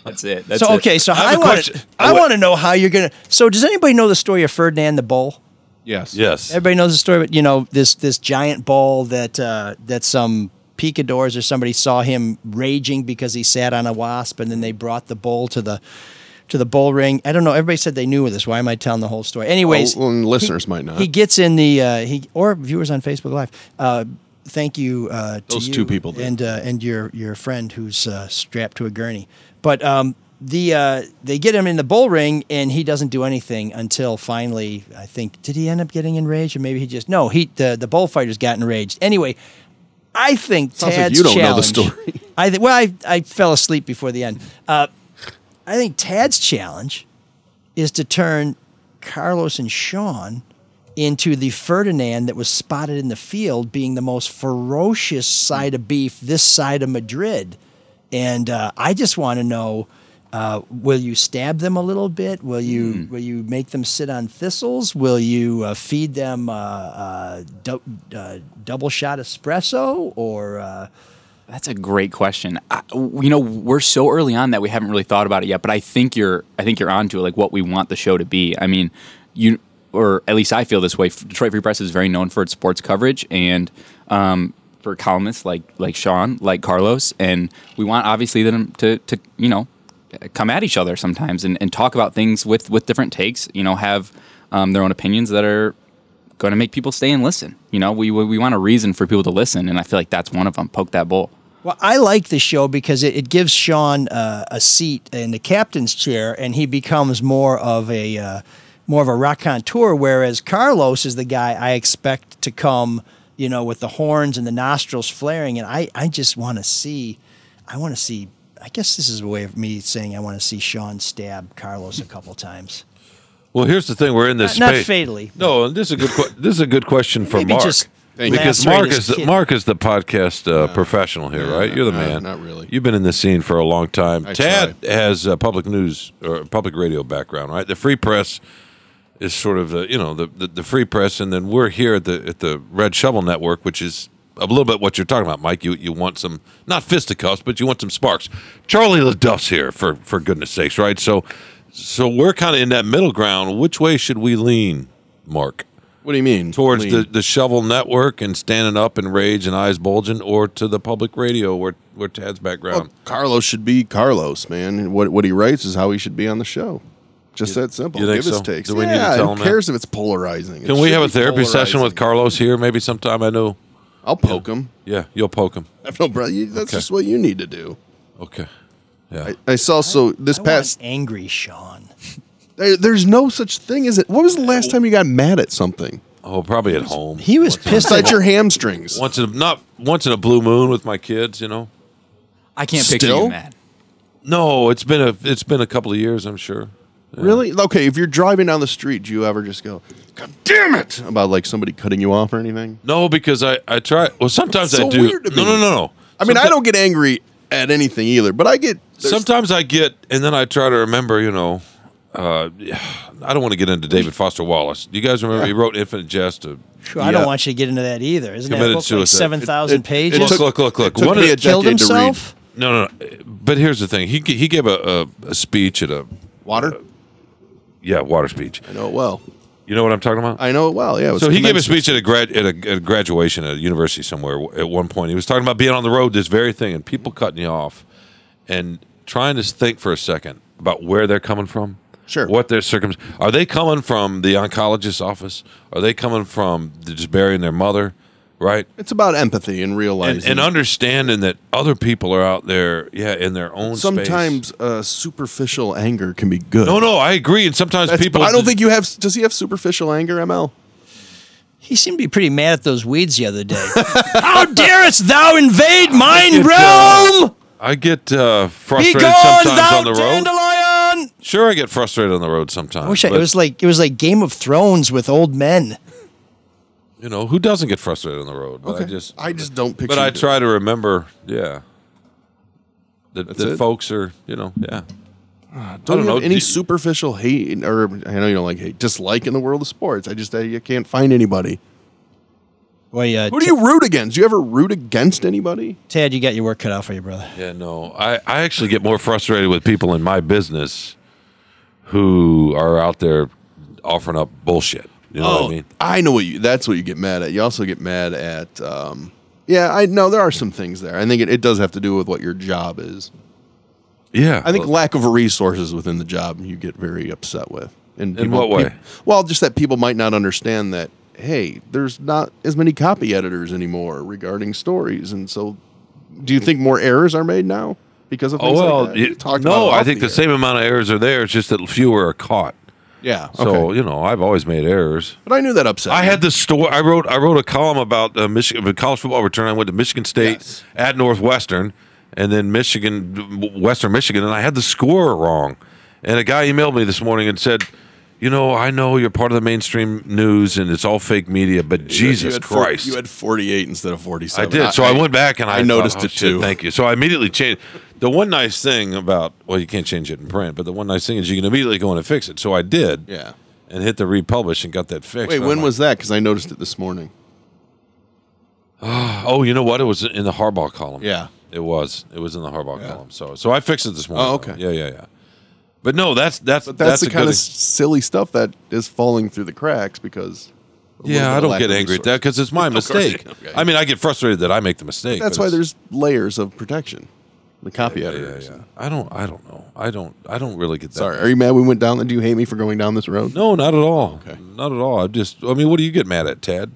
Speaker 10: That's it. That's
Speaker 3: so
Speaker 10: it.
Speaker 3: okay, so
Speaker 8: I have
Speaker 3: I,
Speaker 8: a
Speaker 3: want
Speaker 8: question.
Speaker 3: to I want to know how you're gonna. So does anybody know the story of Ferdinand the Bull?
Speaker 7: Yes.
Speaker 8: Yes.
Speaker 3: Everybody knows the story, but you know this this giant bull that uh, that some picadors or somebody saw him raging because he sat on a wasp, and then they brought the bull to the to the bull ring. I don't know. Everybody said they knew this. Why am I telling the whole story? Anyways,
Speaker 7: Oh, Well, and listeners might not.
Speaker 3: he gets in the uh, he or viewers on Facebook Live. Uh, thank you uh, to
Speaker 7: Those
Speaker 3: you
Speaker 7: two people did.
Speaker 3: and uh, and your your friend who's uh, strapped to a gurney. But um, the uh, they get him in the bull ring and he doesn't do anything until finally I think did he end up getting enraged or maybe he just no he the the bullfighters got enraged anyway. I think
Speaker 7: Sounds like
Speaker 3: Tad's
Speaker 7: you don't know the
Speaker 3: challenge-
Speaker 7: story.
Speaker 3: I th- well I I fell asleep before the end. Uh, I think Tad's challenge is to turn Carlos and Sean into the Ferdinand that was spotted in the field being the most ferocious side of beef this side of Madrid. And uh, I just want to know uh, will you stab them a little bit? Will you will you make them sit on thistles? Will you uh, feed them uh, uh, dou- uh, double shot espresso or uh,
Speaker 10: That's a great question. I, you know, we're so early on that we haven't really thought about it yet. But I think you're, I think you're onto it. Like what we want the show to be. I mean, you, or at least I feel this way. Detroit Free Press is very known for its sports coverage and um, for columnists like like Sean, like Carlos, and we want obviously them to to you know come at each other sometimes and, and talk about things with with different takes. You know, have um, their own opinions that are going to make people stay and listen. You know, we we, we want a reason for people to listen, and I feel like that's one of them. Poke that bull.
Speaker 3: Well, I like the show because it, it gives Sean uh, a seat in the captain's chair, and he becomes more of a uh, more of a raconteur. Whereas Carlos is the guy I expect to come, you know, with the horns and the nostrils flaring, and I I just want to see, I want to see. I guess this is a way of me saying I want to see Sean stab Carlos a couple times,
Speaker 8: Well, here's the thing: we're in this
Speaker 3: Not- not
Speaker 8: space.
Speaker 3: fatally.
Speaker 8: No, and this is a good. Que- this is a good question for
Speaker 3: Maybe
Speaker 8: Mark
Speaker 3: just Thank you.
Speaker 8: because
Speaker 3: lacerate
Speaker 8: Mark
Speaker 3: his
Speaker 8: is the,
Speaker 3: kid.
Speaker 8: Mark is the podcast uh, professional here, right? You're the
Speaker 7: no,
Speaker 8: man.
Speaker 7: not really.
Speaker 8: You've been in the scene for a long time.
Speaker 7: I
Speaker 8: Tad has a public news or public radio background, right? The Free Press is sort of the you know the, the the Free Press, and then we're here at the at the Red Shovel Network, which is. A little bit what you're talking about, Mike. You you want some not fisticuffs, but you want some sparks. Charlie LaDuff's here for for goodness sakes, right? So so we're kind of in that middle ground. Which way should we lean, Mark?
Speaker 7: what do you mean?
Speaker 8: Towards
Speaker 7: Lean.
Speaker 8: the, the shovel network and standing up in rage and eyes bulging, or to the public radio where where Tad's background?
Speaker 7: Well, uh, Carlos should be Carlos, man. What what he writes is how he should be on the show. Just that simple.
Speaker 8: you think
Speaker 7: Give his
Speaker 8: so?
Speaker 7: takes.
Speaker 8: Do we need to
Speaker 7: yeah,
Speaker 8: tell him
Speaker 7: who
Speaker 8: that?
Speaker 7: cares if it's polarizing? It
Speaker 8: Can we
Speaker 7: should
Speaker 8: have a
Speaker 7: be
Speaker 8: therapy session with
Speaker 7: polarizing.
Speaker 8: Carlos here? Maybe sometime. I know.
Speaker 7: I'll poke him.
Speaker 8: Yeah, you'll poke him.
Speaker 7: I have no brother. you- That's
Speaker 8: Okay.
Speaker 7: just what you need to do.
Speaker 8: Okay. Yeah.
Speaker 7: I, I saw so this
Speaker 3: I want
Speaker 7: past.
Speaker 3: an angry Sean.
Speaker 7: there- there's no such thing as it. What was the last time you got mad at something?
Speaker 8: oh, probably at home.
Speaker 3: He was pissed at
Speaker 7: Besides your hamstrings.
Speaker 8: once in a, not once in a blue moon with my kids. You know.
Speaker 10: I can't picture
Speaker 7: Still?
Speaker 10: you, man.
Speaker 8: No, it's been a it's been a couple of years. I'm sure.
Speaker 7: Really? Okay, if you're driving down the street, do you ever just go, God damn it! About like somebody cutting you off or anything?
Speaker 8: No, because I I try. Well, sometimes
Speaker 7: It's so
Speaker 8: I do.
Speaker 7: weird to
Speaker 8: No,
Speaker 7: me.
Speaker 8: no, no, no.
Speaker 7: I mean,
Speaker 8: Someti-
Speaker 7: I don't get angry at anything either, but I get. there's-
Speaker 8: Sometimes I get, and then I try to remember, you know, uh, I don't want to get into David Foster Wallace. Do you guys remember he wrote Infinite Jest? To,
Speaker 3: Sure, I
Speaker 7: Yeah.
Speaker 3: don't want you to get into that either. Isn't that
Speaker 8: Committed
Speaker 3: book like
Speaker 8: suicide.
Speaker 3: seven thousand
Speaker 7: It- it
Speaker 3: pages?
Speaker 8: look,
Speaker 7: took-
Speaker 8: look, look,
Speaker 7: it
Speaker 8: look.
Speaker 7: took
Speaker 8: One
Speaker 7: me
Speaker 8: of
Speaker 7: a
Speaker 8: the,
Speaker 3: Killed
Speaker 7: decade to read.
Speaker 3: himself.
Speaker 8: no, no, no. But here's the thing. He g- he gave a, a, a speech at a
Speaker 7: Water?
Speaker 8: yeah water speech.
Speaker 7: I know it well.
Speaker 8: You know what I'm talking about?
Speaker 7: I know it well. Yeah. it was
Speaker 8: so he gave a
Speaker 7: commencement.
Speaker 8: speech at a grad at a, at a graduation at a university somewhere. At one point, he was talking about being on the road, this very thing, and people cutting you off, and trying to think for a second about where they're coming from.
Speaker 7: Sure.
Speaker 8: What their circum are they coming from the oncologist's office? Are they coming from the- just burying their mother? Right.
Speaker 7: It's about empathy and realizing
Speaker 8: And, and understanding that other people are out there, yeah, in their own space.
Speaker 7: sometimes uh, superficial anger can be good.
Speaker 8: No, no, I agree. And sometimes
Speaker 7: That's-
Speaker 8: people.
Speaker 7: I don't think you have. Does he have superficial anger, ML?
Speaker 3: He seemed to be pretty mad at those weeds the other day. How darest thou invade mine
Speaker 8: It, uh,
Speaker 3: realm?
Speaker 8: I get uh,
Speaker 3: Be
Speaker 8: frustrated
Speaker 3: gone,
Speaker 8: sometimes
Speaker 3: thou
Speaker 8: on the road.
Speaker 3: dandelion!
Speaker 8: Sure, I get frustrated on the road sometimes.
Speaker 3: I wish I, it
Speaker 8: but,
Speaker 3: was like it was like Game of Thrones with old men.
Speaker 8: you know who doesn't get frustrated on the road. But I just,
Speaker 7: I just don't picture.
Speaker 8: but I
Speaker 7: you doing
Speaker 8: try to remember. Yeah, that,
Speaker 7: That's
Speaker 8: that
Speaker 7: it?
Speaker 8: folks are, you know, yeah.
Speaker 7: that. Don't
Speaker 8: I don't
Speaker 7: you have
Speaker 8: know,
Speaker 7: any
Speaker 8: do you-
Speaker 7: superficial hate, or I know you don't like hate, dislike in the world of sports. I just I, you can't find anybody.
Speaker 3: Well, yeah,
Speaker 7: Who do you root against? Do you ever root against anybody?
Speaker 3: Tad, uh, you got your work cut out for you, brother.
Speaker 8: Yeah, no. I, I actually get more frustrated with people in my business who are out there offering up bullshit. You know what Oh,
Speaker 7: Oh.
Speaker 8: I mean?
Speaker 7: I know what you. That's what you get mad at. You also get mad at. Um, yeah, I know there are some things there. I think it, it does have to do with what your job is.
Speaker 8: Yeah.
Speaker 7: I think
Speaker 8: Well,
Speaker 7: lack of resources within the job you get very upset with. And
Speaker 8: In what way?
Speaker 7: peop- well, just that people might not understand that. Hey, there's not as many copy editors anymore regarding stories, and so do you think more errors are made now because of?
Speaker 8: oh
Speaker 7: Things
Speaker 8: well,
Speaker 7: like that? We
Speaker 8: it-
Speaker 7: talked about
Speaker 8: no.
Speaker 7: it
Speaker 8: I
Speaker 7: off
Speaker 8: think the,
Speaker 7: air.
Speaker 8: same amount of errors are there. It's just that fewer are caught.
Speaker 7: Yeah.
Speaker 8: So
Speaker 7: okay.
Speaker 8: you know, I've always made errors.
Speaker 7: but I knew that upset.
Speaker 8: I
Speaker 7: me.
Speaker 8: had this story. I wrote. I wrote a column about uh, Michigan college football return. I went to Michigan State
Speaker 7: Yes.
Speaker 8: at Northwestern, and then Michigan, Western Michigan, and I had the score wrong. And a guy emailed me this morning and said, "You know, I know you're part of the mainstream news and it's all fake media, but
Speaker 7: You had- you
Speaker 8: Jesus
Speaker 7: had four-
Speaker 8: Christ,
Speaker 7: you had 48 instead of 47.
Speaker 8: I did. So I, went back and I,
Speaker 7: I noticed
Speaker 8: thought, oh,
Speaker 7: it
Speaker 8: shit,
Speaker 7: too.
Speaker 8: Thank you. So I immediately changed. The one nice thing about well, you can't change it in print, but the one nice thing is you can immediately go in and fix it. So I did.
Speaker 7: Yeah.
Speaker 8: And hit the republish and got that fixed.
Speaker 7: Wait,
Speaker 8: And I'm
Speaker 7: when
Speaker 8: like,
Speaker 7: was that? Because I noticed it this morning.
Speaker 8: Oh, you know what? It was in the Harbaugh column.
Speaker 7: Yeah.
Speaker 8: it was. It was in the Harbaugh
Speaker 7: Yeah.
Speaker 8: column. So, so I fixed it this morning.
Speaker 7: Oh,
Speaker 8: though.
Speaker 7: okay.
Speaker 8: Yeah, yeah, yeah. But no, that's that's
Speaker 7: But that's,
Speaker 8: a
Speaker 7: the kind
Speaker 8: good
Speaker 7: of
Speaker 8: ex-
Speaker 7: silly stuff that is falling through the cracks because. a little bit
Speaker 8: yeah, I
Speaker 7: of
Speaker 8: don't
Speaker 7: lack
Speaker 8: get
Speaker 7: of
Speaker 8: angry at that
Speaker 7: resources.
Speaker 8: because it's my
Speaker 7: Of course you
Speaker 8: mistake.
Speaker 7: don't. Okay.
Speaker 8: I mean, I get frustrated that I make the mistake.
Speaker 7: That's
Speaker 8: but
Speaker 7: why
Speaker 8: it's-
Speaker 7: there's layers of protection. The copy editors.
Speaker 8: Yeah, yeah. I don't. I don't know. I don't. I don't really get that.
Speaker 7: Sorry, are you mad we went down? Do you hate me for going down this road?
Speaker 8: No, not at all.
Speaker 7: Okay.
Speaker 8: Not at all. I just. I mean, what do you get mad at, Tad?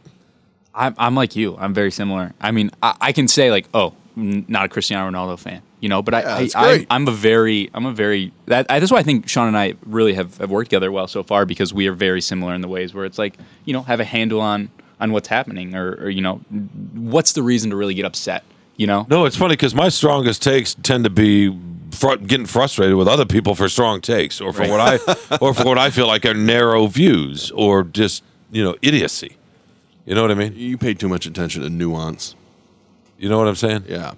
Speaker 10: I'm, I'm like you. I'm very similar. I mean, I, I can say like, oh, n- not a Cristiano Ronaldo fan, you know. But I,
Speaker 7: Yeah,
Speaker 10: I,
Speaker 7: that's
Speaker 10: I
Speaker 7: great.
Speaker 10: I'm a very, I'm a very. That, I, that's why I think Sean and I really have, have worked together well so far because we are very similar in the ways where it's like, you know, have a handle on on what's happening or, or you know, what's the reason to really get upset, you know?
Speaker 8: No, it's funny because my strongest takes tend to be fr- getting frustrated with other people for strong takes, or for
Speaker 10: Right.
Speaker 8: what I, or for what I feel like are narrow views, or just you know idiocy. You know what I mean?
Speaker 7: You pay too much attention to nuance.
Speaker 8: You know what I'm saying?
Speaker 7: Yeah.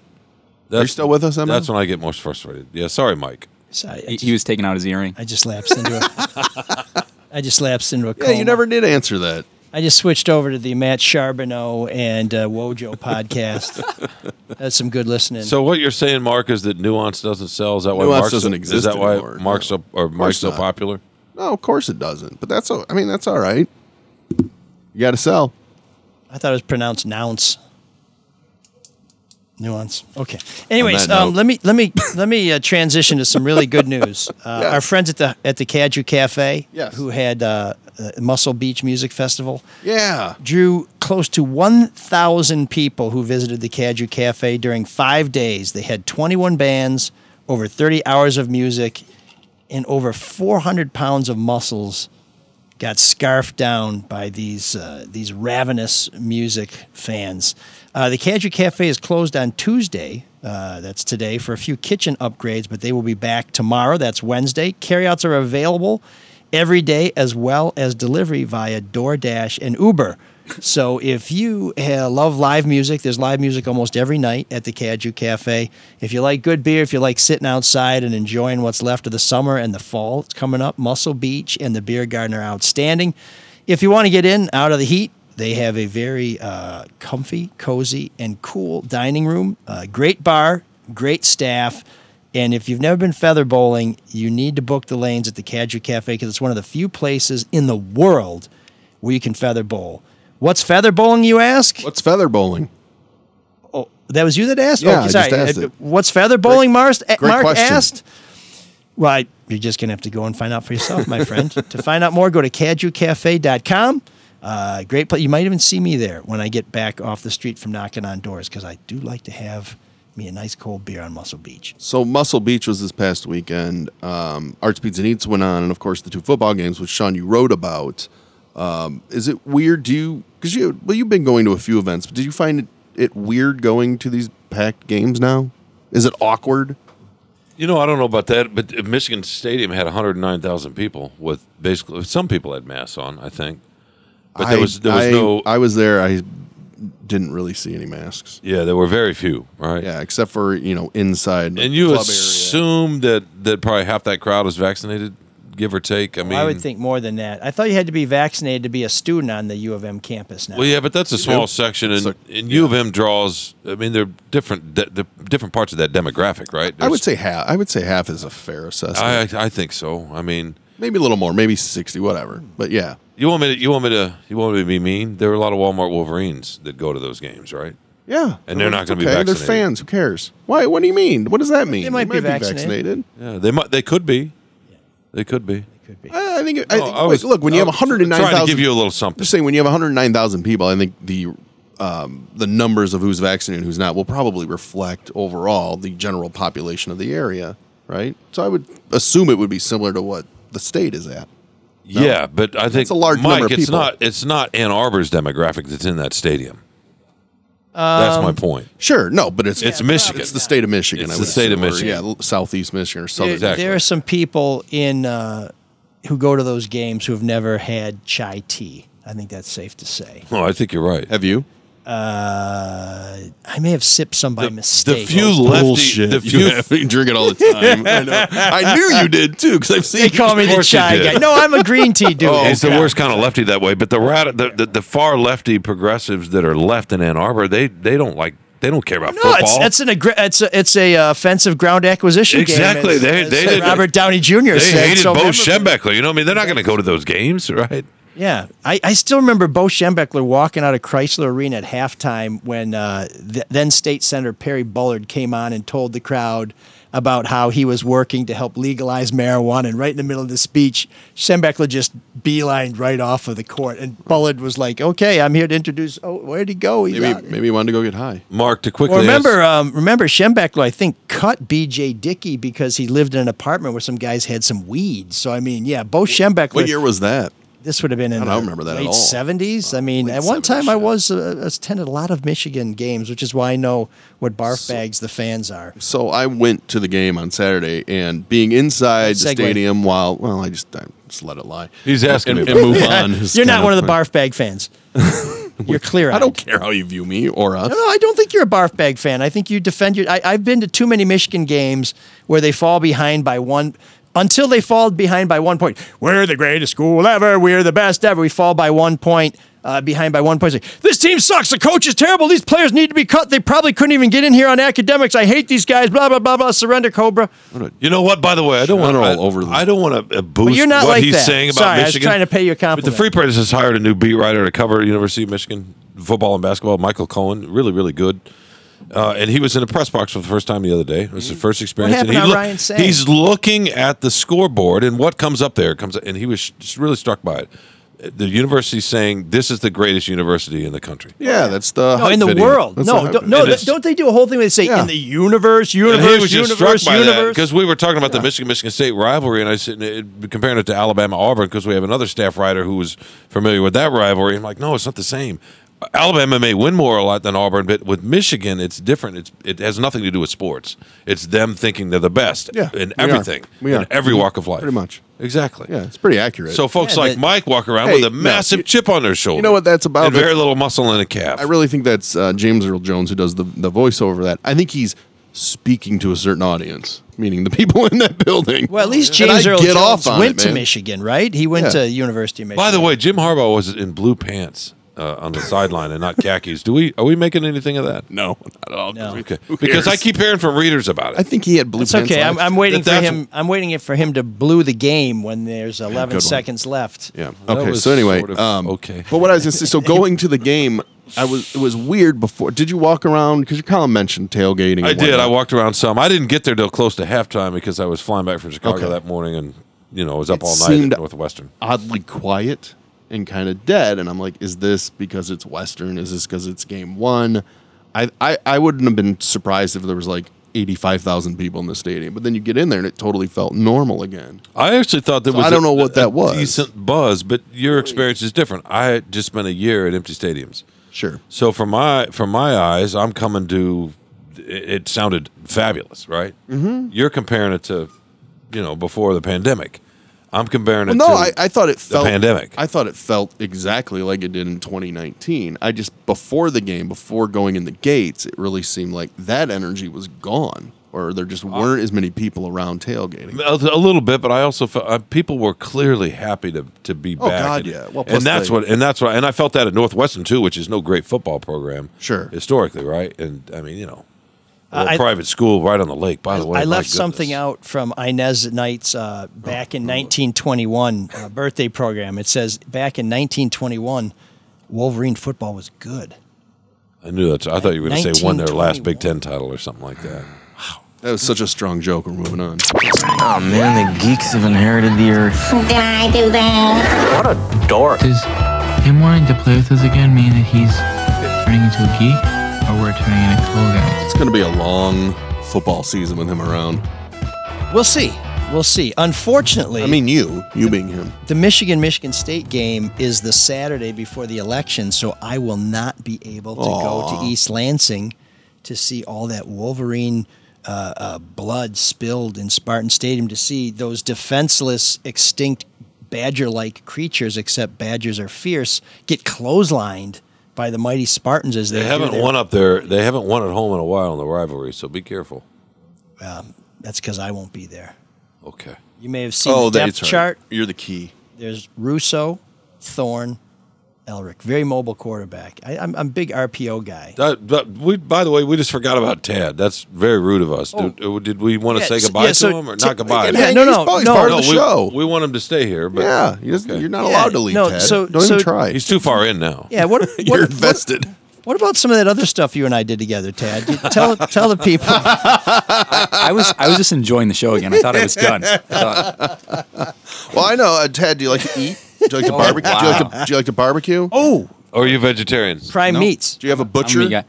Speaker 8: That's,
Speaker 7: still with us, Emma?
Speaker 8: That's when I get most frustrated. Yeah, sorry, Mike.
Speaker 3: Sorry, I
Speaker 10: He,
Speaker 3: just,
Speaker 10: he was taking out his earring.
Speaker 3: I just lapsed into a, I just lapsed into a.
Speaker 7: Yeah,
Speaker 3: coma.
Speaker 7: you never did answer that.
Speaker 3: I just switched over to the Matt Charbonneau and uh, Wojo podcast. That's some good listening.
Speaker 8: So what you're saying, Mark, is that nuance doesn't sell? Is that why
Speaker 7: Nuance
Speaker 8: Mark's
Speaker 7: doesn't
Speaker 8: Is
Speaker 7: exist
Speaker 8: that why
Speaker 7: anymore,
Speaker 8: Mark's
Speaker 7: no.
Speaker 8: so, or Mark's so
Speaker 7: not.
Speaker 8: popular?
Speaker 7: No, of course it doesn't. But that's all. I mean, that's all right. You got to sell.
Speaker 3: I thought it was pronounced nounce. Nuance. Okay. Anyways,
Speaker 7: that note-
Speaker 3: um, let me let me let me uh, transition to some really good news. Uh,
Speaker 7: Yes.
Speaker 3: Our friends at the at the Caju Cafe,
Speaker 7: Yes.
Speaker 3: who had uh, uh, Muscle Beach Music Festival,
Speaker 7: Yeah.
Speaker 3: drew close to 1,000 people who visited the Caju Cafe during five days. They had 21 bands, over 30 hours of music, and over 400 pounds of muscles got scarfed down by these uh, these ravenous music fans. Uh, the Caju Cafe is closed on Tuesday. Uh, that's today for a few kitchen upgrades, but they will be back tomorrow. That's Wednesday. Carryouts are available every day as well as delivery via DoorDash and Uber. So if you uh, love live music, there's live music almost every night at the Caju Cafe. If you like good beer, if you like sitting outside and enjoying what's left of the summer and the fall, it's coming up. Muscle Beach and the Beer Garden are outstanding. If you want to get in out of the heat, they have a very uh, comfy, cozy, and cool dining room. Uh, great bar, great staff. And if you've never been feather bowling, you need to book the lanes at the Caju Cafe because it's one of the few places in the world where you can feather bowl. What's feather bowling, you ask?
Speaker 7: What's feather bowling?
Speaker 3: That was you that asked.
Speaker 7: Yeah,
Speaker 3: Oh,
Speaker 7: I
Speaker 3: sorry.
Speaker 7: just asked
Speaker 3: Uh,
Speaker 7: it.
Speaker 3: What's feather bowling? Mars,
Speaker 7: great
Speaker 3: Mark
Speaker 7: question.
Speaker 3: asked. Well, I- you're just gonna have to go and find out for yourself, my friend. to find out more, go to cajucafe.com. Uh, great place. You might even see me there when I get back off the street from knocking on doors because I do like to have me a nice cold beer on Muscle Beach.
Speaker 7: So Muscle Beach was this past weekend. Um, Arts Beats and Eats went on, and of course the two football games, which Sean you wrote about. Um, is it weird? Do you because you well you've been going to a few events, but did you find it, it weird going to these packed games now? Is it awkward?
Speaker 8: You know, I don't know about that, but Michigan Stadium had 109,000 people with basically some people had masks on, I think. But there
Speaker 7: I-
Speaker 8: was there was
Speaker 7: I,
Speaker 8: no
Speaker 7: I was there. I didn't really see any masks.
Speaker 8: yeah, there were very few, right?
Speaker 7: Yeah, except for you know inside. the
Speaker 8: And you
Speaker 7: club
Speaker 8: assume that that probably half that crowd is vaccinated, give or take. I mean,
Speaker 3: I would think more than that. I thought you had to be vaccinated to be a student on the U of M campus now.
Speaker 8: Well, yeah, but that's a small section, and,
Speaker 7: So-
Speaker 8: and U of M draws. I mean, they're different. De- the different parts of that demographic, right?
Speaker 7: area. I would
Speaker 8: There's-
Speaker 7: say half. I would say half is a fair assessment.
Speaker 8: I, I think so. I mean,
Speaker 7: maybe a little more. Maybe sixty, whatever. But yeah,
Speaker 8: you want me to? You want me to? You want me to be mean? There are a lot of Walmart Wolverines that go to those games, right?
Speaker 7: Yeah,
Speaker 8: And they're not
Speaker 7: It's
Speaker 8: gonna be vaccinated.
Speaker 7: They're fans. Who cares? Why? What do you mean? What does that mean?
Speaker 3: might be vaccinated.
Speaker 8: Yeah, they might. They could be. They could be.
Speaker 3: Could be.
Speaker 7: I I think. I
Speaker 8: No,
Speaker 7: think wait, look, when you
Speaker 8: Oh, I
Speaker 7: have
Speaker 8: was
Speaker 7: one hundred nine
Speaker 8: Trying to
Speaker 7: thousand,
Speaker 8: give you a little something.
Speaker 7: just saying, when you have one hundred nine thousand people, I think the um, the numbers of who's vaccinated and who's not will probably reflect overall the general population of the area, right? So I would assume it would be similar to what the state is at.
Speaker 8: Yeah, but I think
Speaker 7: That's a large
Speaker 8: Mike,
Speaker 7: number of
Speaker 8: it's
Speaker 7: people.
Speaker 8: not. It's not Ann Arbor's demographic that's in that stadium. that's my point.
Speaker 7: Sure, no, but it's
Speaker 8: It's Michigan.
Speaker 7: It's the state of Michigan.
Speaker 8: It's
Speaker 7: I
Speaker 8: the
Speaker 7: would
Speaker 8: state of
Speaker 7: assume, or,
Speaker 8: Michigan.
Speaker 7: yeah, southeast Michigan or southern.
Speaker 8: Oh, Exactly.
Speaker 3: There are some people in uh, who go to those games who have never had chai tea. I think that's safe to say.
Speaker 8: Oh, I think you're right.
Speaker 7: Have you?
Speaker 3: Uh, I may have sipped some by
Speaker 8: The
Speaker 3: mistake.
Speaker 8: few lefty, the
Speaker 7: You,
Speaker 8: few
Speaker 7: have, you drink it all the time. I know. I knew you did too because I've seen.
Speaker 3: they call me
Speaker 8: Of
Speaker 3: the
Speaker 8: course you
Speaker 3: chai
Speaker 8: did.
Speaker 3: guy. No, I'm a green tea dude.
Speaker 8: Oh, he's the worst kind of lefty that way. But the, rat, the, the the far lefty progressives that are left in Ann Arbor, they they don't like they don't care about
Speaker 3: No,
Speaker 8: football.
Speaker 3: it's it's an aggra- it's a, it's a uh, offensive ground acquisition game.
Speaker 8: Exactly.
Speaker 3: as-
Speaker 8: They-
Speaker 3: as
Speaker 8: they did-
Speaker 3: Robert Downey Jr.
Speaker 8: they
Speaker 3: said
Speaker 8: hated
Speaker 3: so
Speaker 8: Bo
Speaker 3: memorably.
Speaker 8: Schembechler. You know, what I mean, they're not going to go to those games, right?
Speaker 3: Yeah, I, I still remember Bo Schembechler walking out of Chrysler Arena at halftime when uh, th- then State Senator Perry Bullard came on and told the crowd about how he was working to help legalize marijuana. And right in the middle of the speech, Schembechler just beelined right off of the court. And Bullard was like, "Okay, I'm here to introduce. Oh, where'd he go? He's out."
Speaker 7: Maybe maybe you wanted to go get high.
Speaker 8: Mark to quickly
Speaker 3: Well, remember,
Speaker 8: ask-
Speaker 3: um, remember Schembechler, I think, cut B.J. Dickey because he lived in an apartment where some guys had some weed. So, I mean, yeah, Bo Schembechler
Speaker 7: What year was that?
Speaker 3: this would have been in
Speaker 7: I
Speaker 3: the
Speaker 7: don't remember that at
Speaker 3: late
Speaker 7: all.
Speaker 3: 70s. I mean,
Speaker 7: late
Speaker 3: at one
Speaker 7: 70s,
Speaker 3: time I
Speaker 7: yeah.
Speaker 3: was uh, attended a lot of Michigan games, which is why I know what barf bags the fans are.
Speaker 7: So I went to the game on Saturday, and being inside the
Speaker 3: Segue.
Speaker 7: stadium while well, I just I just let it lie.
Speaker 8: He's asking
Speaker 7: and,
Speaker 8: me
Speaker 7: and
Speaker 8: about
Speaker 7: move
Speaker 8: that.
Speaker 7: on. is
Speaker 3: You're
Speaker 7: kind
Speaker 3: not one of the
Speaker 7: my-
Speaker 3: barf bag fans. You're clear.
Speaker 7: I don't care how you view me or us.
Speaker 3: No, I don't think you're a barf bag fan. I think you defend your. I, I've been to too many Michigan games where they fall behind by one. Until they fall behind by one point. We're the greatest school ever. We're the best ever. We fall by one point, uh, behind by one point. It's like, This team sucks. The coach is terrible. These players need to be cut. They probably couldn't even get in here on academics. I hate these guys. Blah, blah, blah, blah. Surrender, Cobra.
Speaker 8: You know what? By the way, I don't want to.
Speaker 7: General
Speaker 8: I,
Speaker 7: over the-
Speaker 8: I don't want to boost
Speaker 3: you're not
Speaker 8: what
Speaker 3: like
Speaker 8: he's
Speaker 3: that.
Speaker 8: saying about
Speaker 3: Sorry, I was
Speaker 8: Michigan.
Speaker 3: trying to pay you a
Speaker 8: But
Speaker 3: compliment.
Speaker 8: the Free Press has hired a new beat writer to cover University of Michigan football and basketball. Michael Cohen, really, really good. Uh, and he was in a press box for the first time the other day. It was his first experience.
Speaker 3: happened
Speaker 8: and
Speaker 3: on
Speaker 8: he
Speaker 3: Ryan Saint?
Speaker 8: he's looking at the scoreboard and what comes up there comes, and he was just really struck by it. The university saying this is the greatest university in the country.
Speaker 7: Yeah, that's the
Speaker 3: No, in
Speaker 7: hype
Speaker 3: the
Speaker 7: video.
Speaker 3: world.
Speaker 7: That's the
Speaker 3: no,
Speaker 7: hype
Speaker 3: don't,
Speaker 7: video.
Speaker 3: no.
Speaker 8: It
Speaker 3: th-
Speaker 8: is-
Speaker 3: don't they do a whole thing where they say
Speaker 7: Yeah.
Speaker 3: in the universe,
Speaker 8: And
Speaker 3: universe,
Speaker 8: he was just
Speaker 3: universe,
Speaker 8: struck by that
Speaker 3: universe?
Speaker 8: because we were talking about the Michigan Michigan State rivalry, and I said it- comparing it to Alabama Auburn because we have another staff writer who was familiar with that rivalry. I'm like, no, it's not the same. Alabama may win more a lot than Auburn, but with Michigan, it's different. It's it has nothing to do with sports. It's them thinking they're the best
Speaker 7: Yeah,
Speaker 8: in
Speaker 7: we are.
Speaker 8: everything,
Speaker 7: We
Speaker 8: in
Speaker 7: are. Mm-hmm.
Speaker 8: every walk of life,
Speaker 7: Pretty much.
Speaker 8: Exactly.
Speaker 7: Yeah, it's pretty accurate.
Speaker 8: So folks
Speaker 3: Yeah,
Speaker 8: like
Speaker 3: that-
Speaker 8: Mike walk around
Speaker 7: Hey,
Speaker 8: with a
Speaker 7: no,
Speaker 8: massive
Speaker 7: you-
Speaker 8: chip on their shoulder.
Speaker 7: know what that's about?
Speaker 8: And very
Speaker 7: That's-
Speaker 8: little muscle in a calf.
Speaker 7: I really think that's uh, James Earl Jones who does the the voiceover. Of that I think he's speaking to a certain audience, meaning the people in that building.
Speaker 3: Well, at least
Speaker 7: And I
Speaker 3: James Earl
Speaker 7: get
Speaker 3: Jones
Speaker 7: off on
Speaker 3: went
Speaker 7: it,
Speaker 3: to
Speaker 7: man.
Speaker 3: Michigan, right? He went
Speaker 7: Yeah.
Speaker 3: to University of Michigan.
Speaker 8: By the way, Jim Harbaugh was in blue pants. uh, on the sideline and not khakis. Do we? Are we making anything of that?
Speaker 7: No, not at all.
Speaker 3: No.
Speaker 8: Okay. Because I keep hearing from readers about it.
Speaker 7: I think he had blue
Speaker 3: It's
Speaker 7: pants
Speaker 3: okay. I'm,
Speaker 7: on.
Speaker 3: I'm waiting for
Speaker 8: That's-
Speaker 3: him. I'm waiting for him to blue the game when there's 11
Speaker 7: one.
Speaker 3: seconds left.
Speaker 7: Yeah.
Speaker 8: That
Speaker 7: Okay.
Speaker 8: was
Speaker 7: So anyway,
Speaker 8: sort of
Speaker 7: um,
Speaker 8: okay.
Speaker 7: But what I was gonna say, so going to the game, I was it was weird before. Did you walk around? Because your column mentioned tailgating. and
Speaker 8: I did.
Speaker 7: whatnot.
Speaker 8: I walked around some. I didn't get there till close to halftime because I was flying back from Chicago
Speaker 7: Okay.
Speaker 8: that morning, and you know I was up
Speaker 7: It
Speaker 8: all night
Speaker 7: seemed-
Speaker 8: at Northwestern.
Speaker 7: Oddly quiet and kind of dead, and I'm like, is this because it's Western? Is this because it's game one? I, I I wouldn't have been surprised if there was like eighty five thousand people in the stadium, but then you get in there and it totally felt normal again.
Speaker 8: I actually thought there
Speaker 7: So
Speaker 8: was.
Speaker 7: I don't know
Speaker 8: a-
Speaker 7: what that
Speaker 8: a
Speaker 7: was.
Speaker 8: Decent buzz, but your experience is different. I had just spent a year at empty stadiums,
Speaker 7: Sure.
Speaker 8: so from my from my eyes, I'm coming to. It, it sounded fabulous, right? Mm-hmm. You're comparing it to, you know, before the pandemic. I'm comparing
Speaker 7: Well,
Speaker 8: it.
Speaker 7: no,
Speaker 8: to
Speaker 7: I, I thought it felt
Speaker 8: pandemic.
Speaker 7: I thought it felt exactly like it did in 2019. I just before the game, before going in the gates, it really seemed like that energy was gone, or there just weren't as many people around tailgating.
Speaker 8: A, a little bit, but I also felt uh, people were clearly happy to to be
Speaker 7: Oh,
Speaker 8: back.
Speaker 7: God,
Speaker 8: and,
Speaker 7: yeah. Well, plus
Speaker 8: and that's
Speaker 7: they-
Speaker 8: what and that's what and I felt that at Northwestern too, which is no great football program,
Speaker 7: Sure.
Speaker 8: historically, right? And I mean, you know,
Speaker 3: Uh,
Speaker 8: a
Speaker 3: I-
Speaker 8: private school right on the lake. By the way,
Speaker 3: I
Speaker 8: my
Speaker 3: left
Speaker 8: goodness. Oh,
Speaker 3: something out from Inez Knight's uh, back in 1921 uh, birthday program. It says back in 1921, Wolverine football was good.
Speaker 8: I knew that. I thought you were going to say won their last
Speaker 3: 1921.
Speaker 8: Big Ten title or something like that.
Speaker 7: That was such a strong joke. We're moving on.
Speaker 11: Oh man, the geeks have inherited the earth.
Speaker 6: Did I do that?
Speaker 2: What a dork.
Speaker 11: Does him wanting to play with us again mean that he's turning into a geek, or we're turning into cool guys?
Speaker 7: It's going to be a long football season with him around.
Speaker 3: We'll see. We'll see. Unfortunately,
Speaker 7: I mean, you, you being him.
Speaker 3: the Michigan Michigan State game is the Saturday before the election, so I will not be able to go to East Lansing to see all that Wolverine uh, uh, blood spilled in Spartan Stadium to see those defenseless, extinct badger-like creatures, except badgers are fierce, get clotheslined by the mighty Spartans as they,
Speaker 8: They
Speaker 3: do
Speaker 8: haven't
Speaker 3: their-
Speaker 8: won up there. They haven't won at home in a while in the rivalry, so be careful.
Speaker 3: That's because I won't be there.
Speaker 8: Okay.
Speaker 3: You may have seen
Speaker 8: Oh,
Speaker 3: the depth chart.
Speaker 7: You're the key.
Speaker 3: There's Russo, Thorne, Elric. Very mobile quarterback. I, I'm, I'm a big RPO guy.
Speaker 8: That, that- we, by the way, we just forgot about Tad. That's very rude of us. Did, uh, did we want
Speaker 3: Oh.
Speaker 8: to
Speaker 3: Yeah,
Speaker 8: say
Speaker 3: so-
Speaker 8: goodbye
Speaker 3: yeah,
Speaker 8: to
Speaker 3: so
Speaker 8: him or
Speaker 3: t-
Speaker 8: not goodbye?
Speaker 3: Yeah, no, no,
Speaker 7: he's
Speaker 3: no.
Speaker 7: part of the
Speaker 8: we,
Speaker 7: show.
Speaker 8: We want him to stay here, but
Speaker 7: yeah, he doesn't-
Speaker 8: Okay.
Speaker 7: you're not
Speaker 3: Yeah,
Speaker 7: allowed to leave.
Speaker 3: no,
Speaker 7: Ted.
Speaker 3: so-
Speaker 7: don't
Speaker 3: so-
Speaker 7: even try.
Speaker 8: he's too far in now.
Speaker 3: Yeah, what, what,
Speaker 7: you're
Speaker 3: what-
Speaker 7: invested.
Speaker 3: What, about some of that other stuff you and I did together, Tad? You- Tell tell the people.
Speaker 10: I was I was just enjoying the show again. I thought I was done. I thought,
Speaker 7: well, I know, uh, Ted. Do you like to eat? Do you like to barbecue? do, you like to, do you like to barbecue? Oh,
Speaker 8: Or are you vegetarian?
Speaker 3: Prime meats.
Speaker 7: do you have a
Speaker 10: I'm a
Speaker 7: butcher?
Speaker 10: meat guy.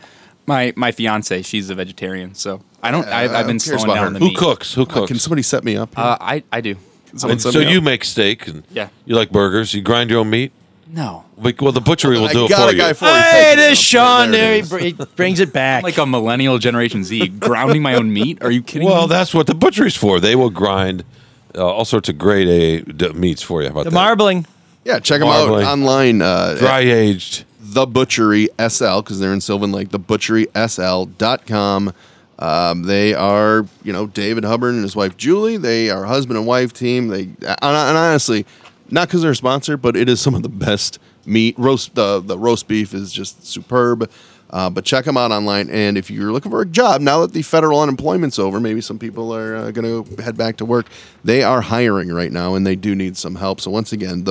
Speaker 10: My my fiance, she's a vegetarian, so I don't. I've,
Speaker 7: Yeah,
Speaker 10: I've been
Speaker 7: who cares
Speaker 10: slowing
Speaker 7: about
Speaker 10: down
Speaker 7: her?
Speaker 10: the
Speaker 8: Who
Speaker 10: meat.
Speaker 8: cooks? Who cooks?
Speaker 7: Can somebody set me up? here?
Speaker 10: Uh, I I do.
Speaker 7: Someone
Speaker 8: And
Speaker 7: set
Speaker 8: so
Speaker 7: me up.
Speaker 8: you make steak and
Speaker 10: Yeah.
Speaker 8: you like burgers. You grind your own meat.
Speaker 10: No,
Speaker 8: Like, Well, the butchery will
Speaker 7: I
Speaker 8: do it
Speaker 7: got
Speaker 8: for
Speaker 7: a guy
Speaker 8: you.
Speaker 7: for you.
Speaker 3: Hey,
Speaker 7: Thank you.
Speaker 3: there's Sean. There,
Speaker 7: it
Speaker 3: he,
Speaker 7: is.
Speaker 3: br- he brings it back.
Speaker 10: I'm like a millennial Generation Z grounding my own meat. Are you kidding
Speaker 8: Well,
Speaker 10: me?
Speaker 8: that's what the butchery's for. They will grind uh, all sorts of grade A d- meats for you. How about
Speaker 3: the
Speaker 8: that?
Speaker 3: marbling.
Speaker 7: Yeah, check them out
Speaker 8: Marbling.
Speaker 7: online. Uh,
Speaker 8: Dry aged.
Speaker 7: The Butchery SL because they're in Sylvan Lake. TheButcherySL.com. Um, they are, you know, David Hubbard and his wife Julie. They are husband and wife team. They and, and honestly, not because they're a sponsor, but it is some of the best meat roast. The the roast beef is just superb. Uh, but check them out online. And if you're looking for a job now that the federal unemployment's over, maybe some people are uh, going to head back to work. They are hiring right now, and they do need some help. So once again,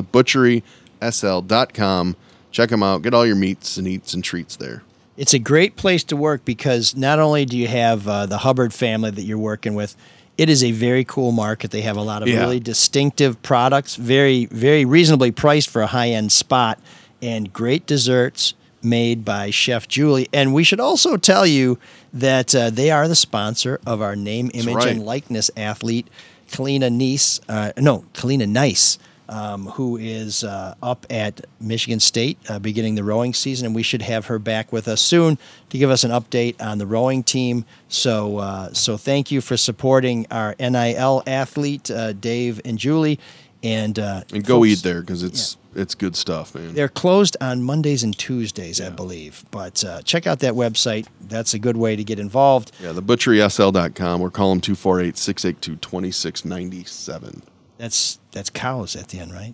Speaker 7: thebutcherysl.com. Check them out. Get all your meats and eats and treats there.
Speaker 3: It's a great place to work because not only do you have uh, the Hubbard family that you're working with, it is a very cool market. They have a lot of
Speaker 7: Yeah.
Speaker 3: really distinctive products, very, very reasonably priced for a high end spot, and great desserts made by Chef Julie. And we should also tell you that uh, they are the sponsor of our name, image,
Speaker 7: right.
Speaker 3: and likeness athlete, Kalina Nice. Uh, no, Kalina Nice. Um, who is uh, up at Michigan State uh, beginning the rowing season, and we should have her back with us soon to give us an update on the rowing team. So, uh, so thank you for supporting our NIL athlete uh, Dave and Julie, and uh,
Speaker 7: And go
Speaker 3: folks,
Speaker 7: eat there because it's it's good stuff, man.
Speaker 3: They're closed on Mondays and Tuesdays, I believe, but uh, check out that website. That's a good way to get involved.
Speaker 7: Yeah, thebutcherysl.com or call them 248 682 2697.
Speaker 3: That's that's cows at the end, right?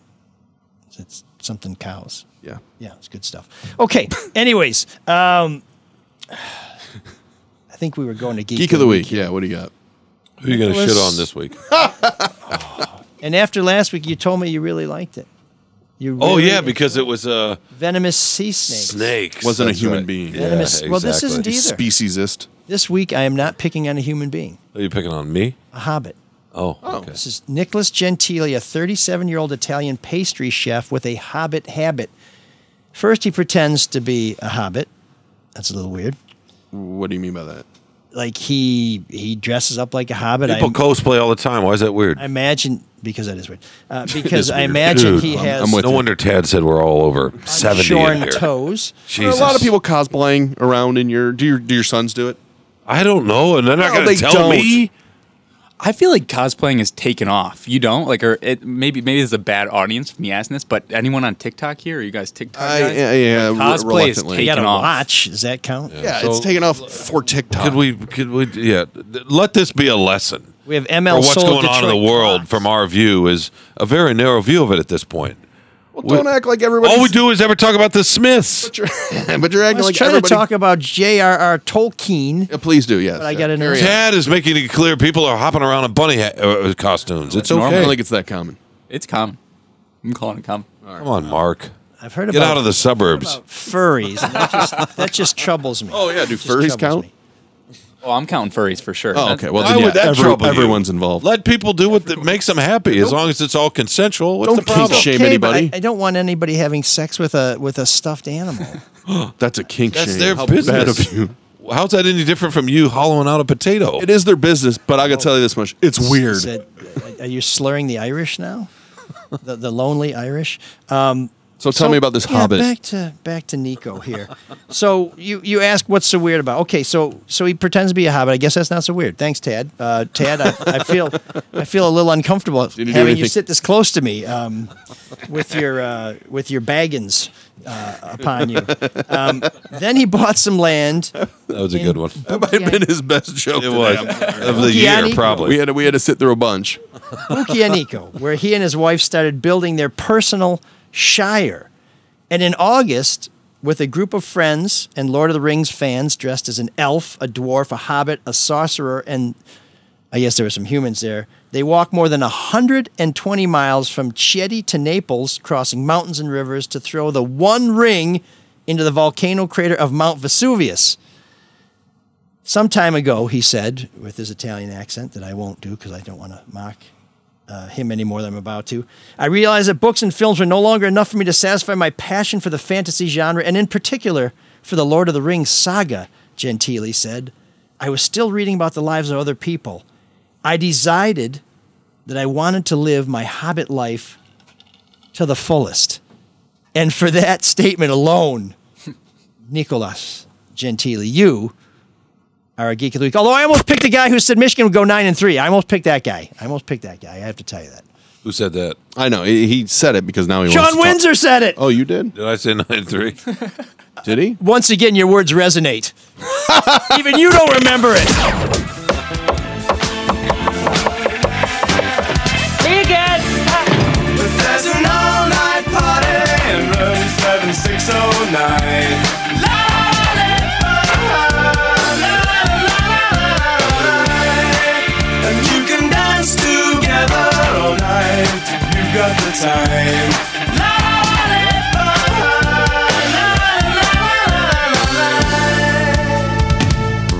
Speaker 3: That's something cows.
Speaker 7: Yeah.
Speaker 3: Yeah, it's good stuff. Okay. Anyways, um, I think we were going to geek,
Speaker 7: Geek, of the week. Yeah, what do you got?
Speaker 8: Who are you going to
Speaker 3: Let's-
Speaker 8: shit on this week?
Speaker 3: And after last week, you told me you really liked it. You
Speaker 8: Oh
Speaker 3: really-
Speaker 8: yeah, because it was uh, a
Speaker 3: venomous sea snake.
Speaker 8: snake.
Speaker 7: Wasn't a human being.
Speaker 3: Venomous- well, this isn't either.
Speaker 7: Speciesist.
Speaker 3: This week, I am not picking on a human being,
Speaker 8: Are you picking on me?
Speaker 3: a hobbit.
Speaker 8: Oh, okay.
Speaker 3: This is Nicholas Gentili, a 37 year old Italian pastry chef with a hobbit habit. First, he pretends to be a hobbit. That's a little weird.
Speaker 7: What do you mean by that?
Speaker 3: Like he he dresses up like a hobbit. I,
Speaker 8: People cosplay all the time. Why is that weird?
Speaker 3: I imagine because that is weird. Uh, because
Speaker 8: is
Speaker 3: I
Speaker 8: weird.
Speaker 3: imagine
Speaker 8: Dude,
Speaker 3: he
Speaker 8: I'm-
Speaker 3: has
Speaker 7: I'm with
Speaker 8: no
Speaker 7: you.
Speaker 8: wonder Tad said we're all over seventy in
Speaker 3: shorn
Speaker 8: here.
Speaker 3: toes.
Speaker 7: There are
Speaker 8: Jesus.
Speaker 7: a lot of people cosplaying around in your. Do your do your sons do it?
Speaker 8: I don't know, and they're not
Speaker 7: No,
Speaker 8: going
Speaker 7: they
Speaker 8: to tell
Speaker 7: don't.
Speaker 8: me.
Speaker 10: I feel like cosplaying is taken off. You don't like, or it maybe maybe this is a bad audience for me asking this, but anyone on TikTok here? Are you guys TikTok
Speaker 7: I,
Speaker 10: guys?
Speaker 7: yeah, yeah, re-
Speaker 10: Cosplay is
Speaker 7: reluctantly.
Speaker 3: You
Speaker 10: taken
Speaker 3: got a
Speaker 10: off.
Speaker 3: watch. Does that count?
Speaker 7: Yeah,
Speaker 8: So-
Speaker 7: it's taken off for TikTok.
Speaker 8: Could we? Could we? Yeah. th- Let this be a lesson
Speaker 3: We have
Speaker 8: for
Speaker 3: ML
Speaker 8: what's
Speaker 3: Soul
Speaker 8: going on
Speaker 3: Detroit
Speaker 8: in the world.
Speaker 3: Clocks.
Speaker 8: From our view, is a very narrow view of it at this point.
Speaker 7: well, don't act like everybody.
Speaker 8: All we do is ever talk about the Smiths.
Speaker 7: but you're, but you're
Speaker 3: I
Speaker 7: acting
Speaker 3: was
Speaker 7: like
Speaker 3: trying
Speaker 7: everybody.
Speaker 3: to talk about J.R.R. Tolkien.
Speaker 7: Yeah, please do. Yes,
Speaker 3: But I
Speaker 7: yeah.
Speaker 3: got an
Speaker 7: Carry
Speaker 3: early-
Speaker 7: on.
Speaker 8: Tad is making it clear people are hopping around in bunny ha- uh, costumes. It's
Speaker 7: I
Speaker 8: okay.
Speaker 7: don't think it's that common.
Speaker 10: It's common. I'm calling it common.
Speaker 8: Come on, Mark.
Speaker 3: I've heard about
Speaker 8: Get out of the suburbs.
Speaker 3: furries. And that, just, that just troubles me.
Speaker 7: Oh yeah, do
Speaker 3: Just
Speaker 7: furries
Speaker 3: troubles
Speaker 7: count?
Speaker 3: me.
Speaker 10: Oh, I'm counting furries for sure.
Speaker 7: Oh,
Speaker 10: That-
Speaker 7: okay. Well,
Speaker 8: Why
Speaker 7: then, yeah,
Speaker 8: would that
Speaker 7: every-
Speaker 8: trouble you?
Speaker 7: everyone's involved.
Speaker 8: Let people do what that makes them happy, as long as it's all consensual. What's
Speaker 7: Don't
Speaker 8: the problem?
Speaker 7: kink shame
Speaker 3: Okay, but
Speaker 7: anybody.
Speaker 3: I, I don't want anybody having sex with a with a stuffed animal.
Speaker 7: That's a kink
Speaker 8: That's
Speaker 7: shame.
Speaker 8: their
Speaker 7: How
Speaker 8: business.
Speaker 7: bad of you.
Speaker 8: How's that any different from you hollowing out a potato?
Speaker 7: It is their business, but I got to tell you this much: it's weird.
Speaker 3: Said, are you slurring the Irish now? The, the lonely Irish. Um,
Speaker 7: so tell me about this
Speaker 3: yeah,
Speaker 7: Hobbit.
Speaker 3: Back to back to Nico here. so you you ask what's so weird about? Okay, so so he pretends to be a hobbit. I guess that's not so weird. Thanks, Tad. Uh, Tad, I, I feel I feel a little uncomfortable
Speaker 7: you do
Speaker 3: having you
Speaker 7: anything-
Speaker 3: sit this close to me um, with your uh, with your baggins uh, upon you. Um, then he bought some land.
Speaker 8: That was a good one.
Speaker 7: That might have been his best joke.
Speaker 8: It
Speaker 7: today.
Speaker 8: was of the
Speaker 3: Gianni?
Speaker 8: year, probably.
Speaker 7: We had to, we had to sit through a bunch.
Speaker 3: Bukianico, where he and his wife started building their personal shire. And in August, with a group of friends and Lord of the Rings fans dressed as an elf, a dwarf, a hobbit, a sorcerer, and I guess there were some humans there, they walked more than 120 miles from Chieti to Naples, crossing mountains and rivers to throw the one ring into the volcano crater of Mount Vesuvius. Some time ago, he said, with his Italian accent that I won't do because I don't want to mock uh, him any more than I'm about to. I realized that books and films were no longer enough for me to satisfy my passion for the fantasy genre, and in particular for the Lord of the Rings saga, Gentili said. I was still reading about the lives of other people. I decided that I wanted to live my hobbit life to the fullest. And for that statement alone, Nicolas Gentili, you are a geek of the week. Although I almost picked the guy who said Michigan would go nine and three. I almost picked that guy. I almost picked that guy. I have to tell you that.
Speaker 8: Who said that?
Speaker 7: I know he he said it because now he wants
Speaker 3: John
Speaker 7: to talk-
Speaker 3: Windsor said it.
Speaker 7: Oh, you did?
Speaker 8: Did I say nine three?
Speaker 7: Did he?
Speaker 3: Once again, your words resonate. Even you don't remember it.
Speaker 4: There's an all-night party in room 7609. And you can dance together all night if you've got the time.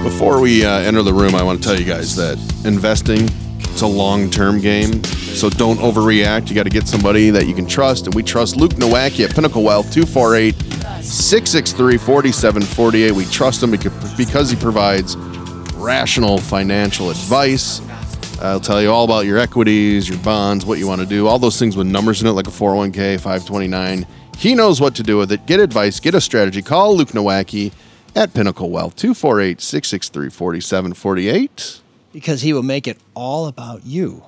Speaker 7: Before we uh, enter the room, I want to tell you guys that investing it's a long-term game, so don't overreact. You got to get somebody that you can trust, and we trust Luke Nowacki at Pinnacle Wealth 248-663-4748. We trust him becau- because he provides rational financial advice. I'll tell you all about your equities, your bonds, what you want to do, all those things with numbers in it, like a 401k, 529. He knows what to do with it. Get advice, get a strategy. Call Luke Nowacki at Pinnacle Wealth, 248 663 4748.
Speaker 3: Because he will make it all about you,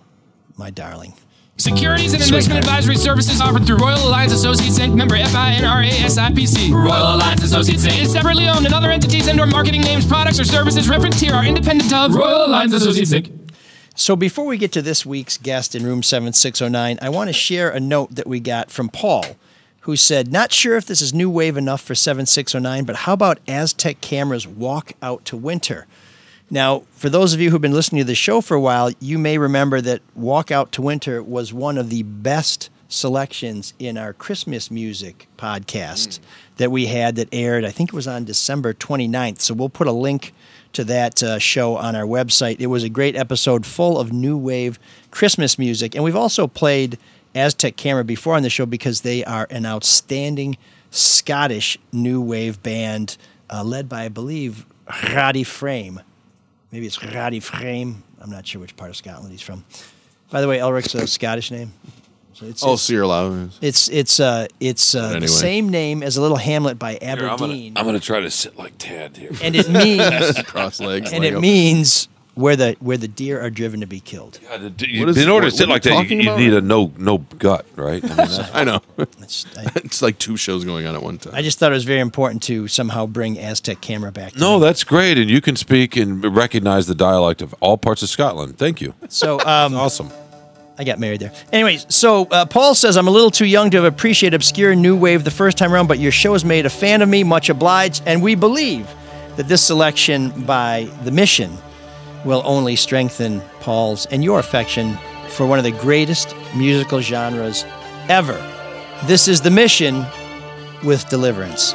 Speaker 3: my darling.
Speaker 12: Securities and investment advisory services offered through Royal Alliance Associates Inc. Member FINRA SIPC. Royal Alliance Associates Inc. is separately owned, and other entities and/or marketing names, products, or services referenced here are independent of Royal Alliance Associates Inc.
Speaker 3: So before we get oh to this week's guest in room 7609, I want to share a note that we got from Paul, who said, Not sure if this is new wave enough for 7609, but how about Aztec cameras walk out to winter? Now, for those of you who've been listening to the show for a while, you may remember that Walk Out to Winter was one of the best selections in our Christmas music podcast that we had that aired, I think it was on December 29th. So we'll put a link to that uh, show on our website. It was a great episode full of new wave Christmas music. And we've also played Aztec Camera before on the show because they are an outstanding Scottish new wave band uh, led by, I believe, Roddy Frame. Maybe it's Roddy Frame. I'm not sure which part of Scotland he's from. By the way, Elric's a Scottish name. So it's,
Speaker 7: oh,
Speaker 3: it's,
Speaker 7: Sir Loud.
Speaker 3: it's it's uh it's uh,
Speaker 7: Anyway.
Speaker 3: the same name as a little hamlet by
Speaker 8: Here, I'm gonna,
Speaker 3: Aberdeen,
Speaker 8: I'm gonna try to sit like Tad here,
Speaker 3: and it means
Speaker 7: Cross legs.
Speaker 3: and
Speaker 7: like
Speaker 3: it
Speaker 7: a-
Speaker 3: means where the where the deer are driven to be killed.
Speaker 8: God, the- you-
Speaker 7: What is-
Speaker 8: in order
Speaker 7: what-
Speaker 8: to sit
Speaker 7: what
Speaker 8: like
Speaker 7: are you
Speaker 8: that, you,
Speaker 7: talking
Speaker 8: you
Speaker 7: about?
Speaker 8: need a no no gut, right? I mean, that's-
Speaker 7: I know.
Speaker 3: It's, I,
Speaker 7: it's like two shows going on at one time.
Speaker 3: I just thought it was very important to somehow bring Aztec camera back. to
Speaker 8: no,
Speaker 3: me.
Speaker 8: that's great, and you can speak and recognize the dialect of all parts of Scotland. Thank you.
Speaker 3: so um,
Speaker 8: Awesome.
Speaker 3: I got married there. Anyways, so uh, Paul says, I'm a little too young to have appreciated obscure new wave the first time around, but your show has made a fan of me. Much obliged. And we believe that this selection by The Mission will only strengthen Paul's and your affection for one of the greatest musical genres ever. This is The Mission with Deliverance.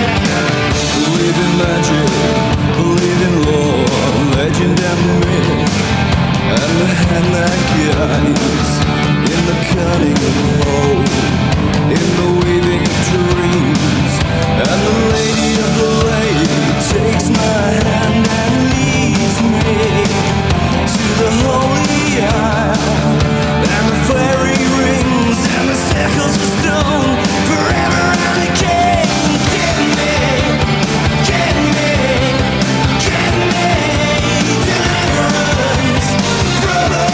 Speaker 4: Believe in magic, believe in lore, legend and myth, and the hand that guides in the cunning of old, in the weaving of dreams, and the lady of the lake takes my hand and leads me to the holy isle, and the fairy rings and the circles of stone forever and again. Get me. Get me, get me, deliverance, brother,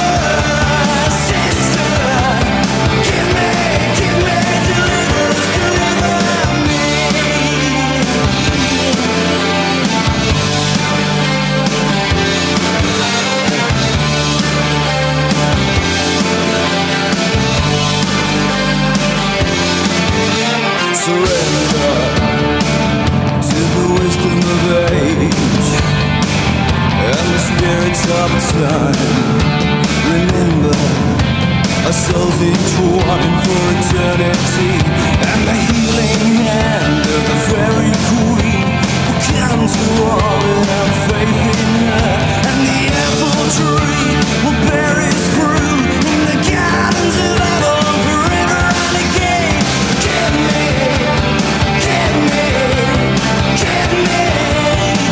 Speaker 4: sister. Get me, get me, deliverance, deliver me. Surrender to the wisdom of age and the spirits of time. Remember, our souls entwined for eternity, and the healing hand of the fairy queen will come to all who have faith in her, and the apple tree will bear its fruit in the gardens of heaven forever and again. Get me, get me. Get me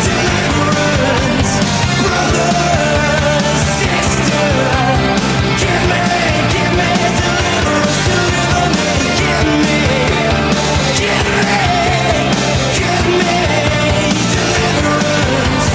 Speaker 4: deliverance, brother, sister. Get me, get me deliverance, deliver me. Get me, get me, get me deliverance,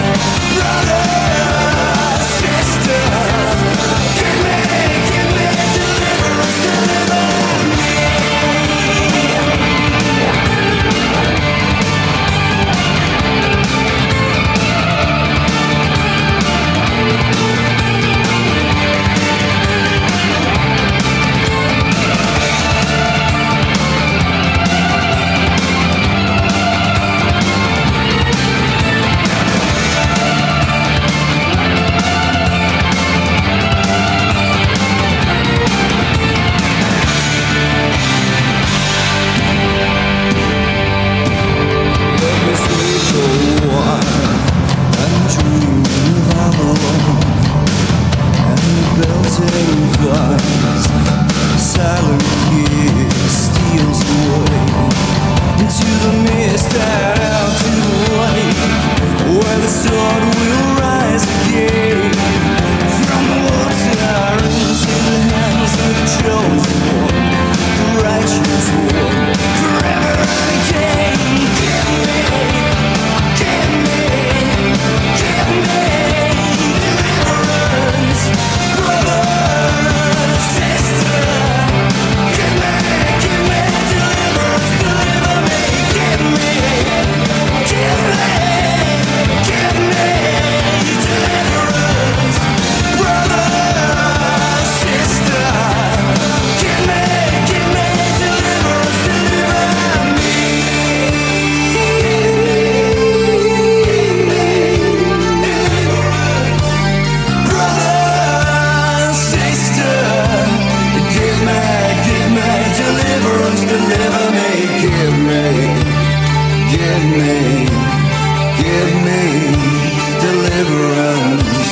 Speaker 4: deliverance.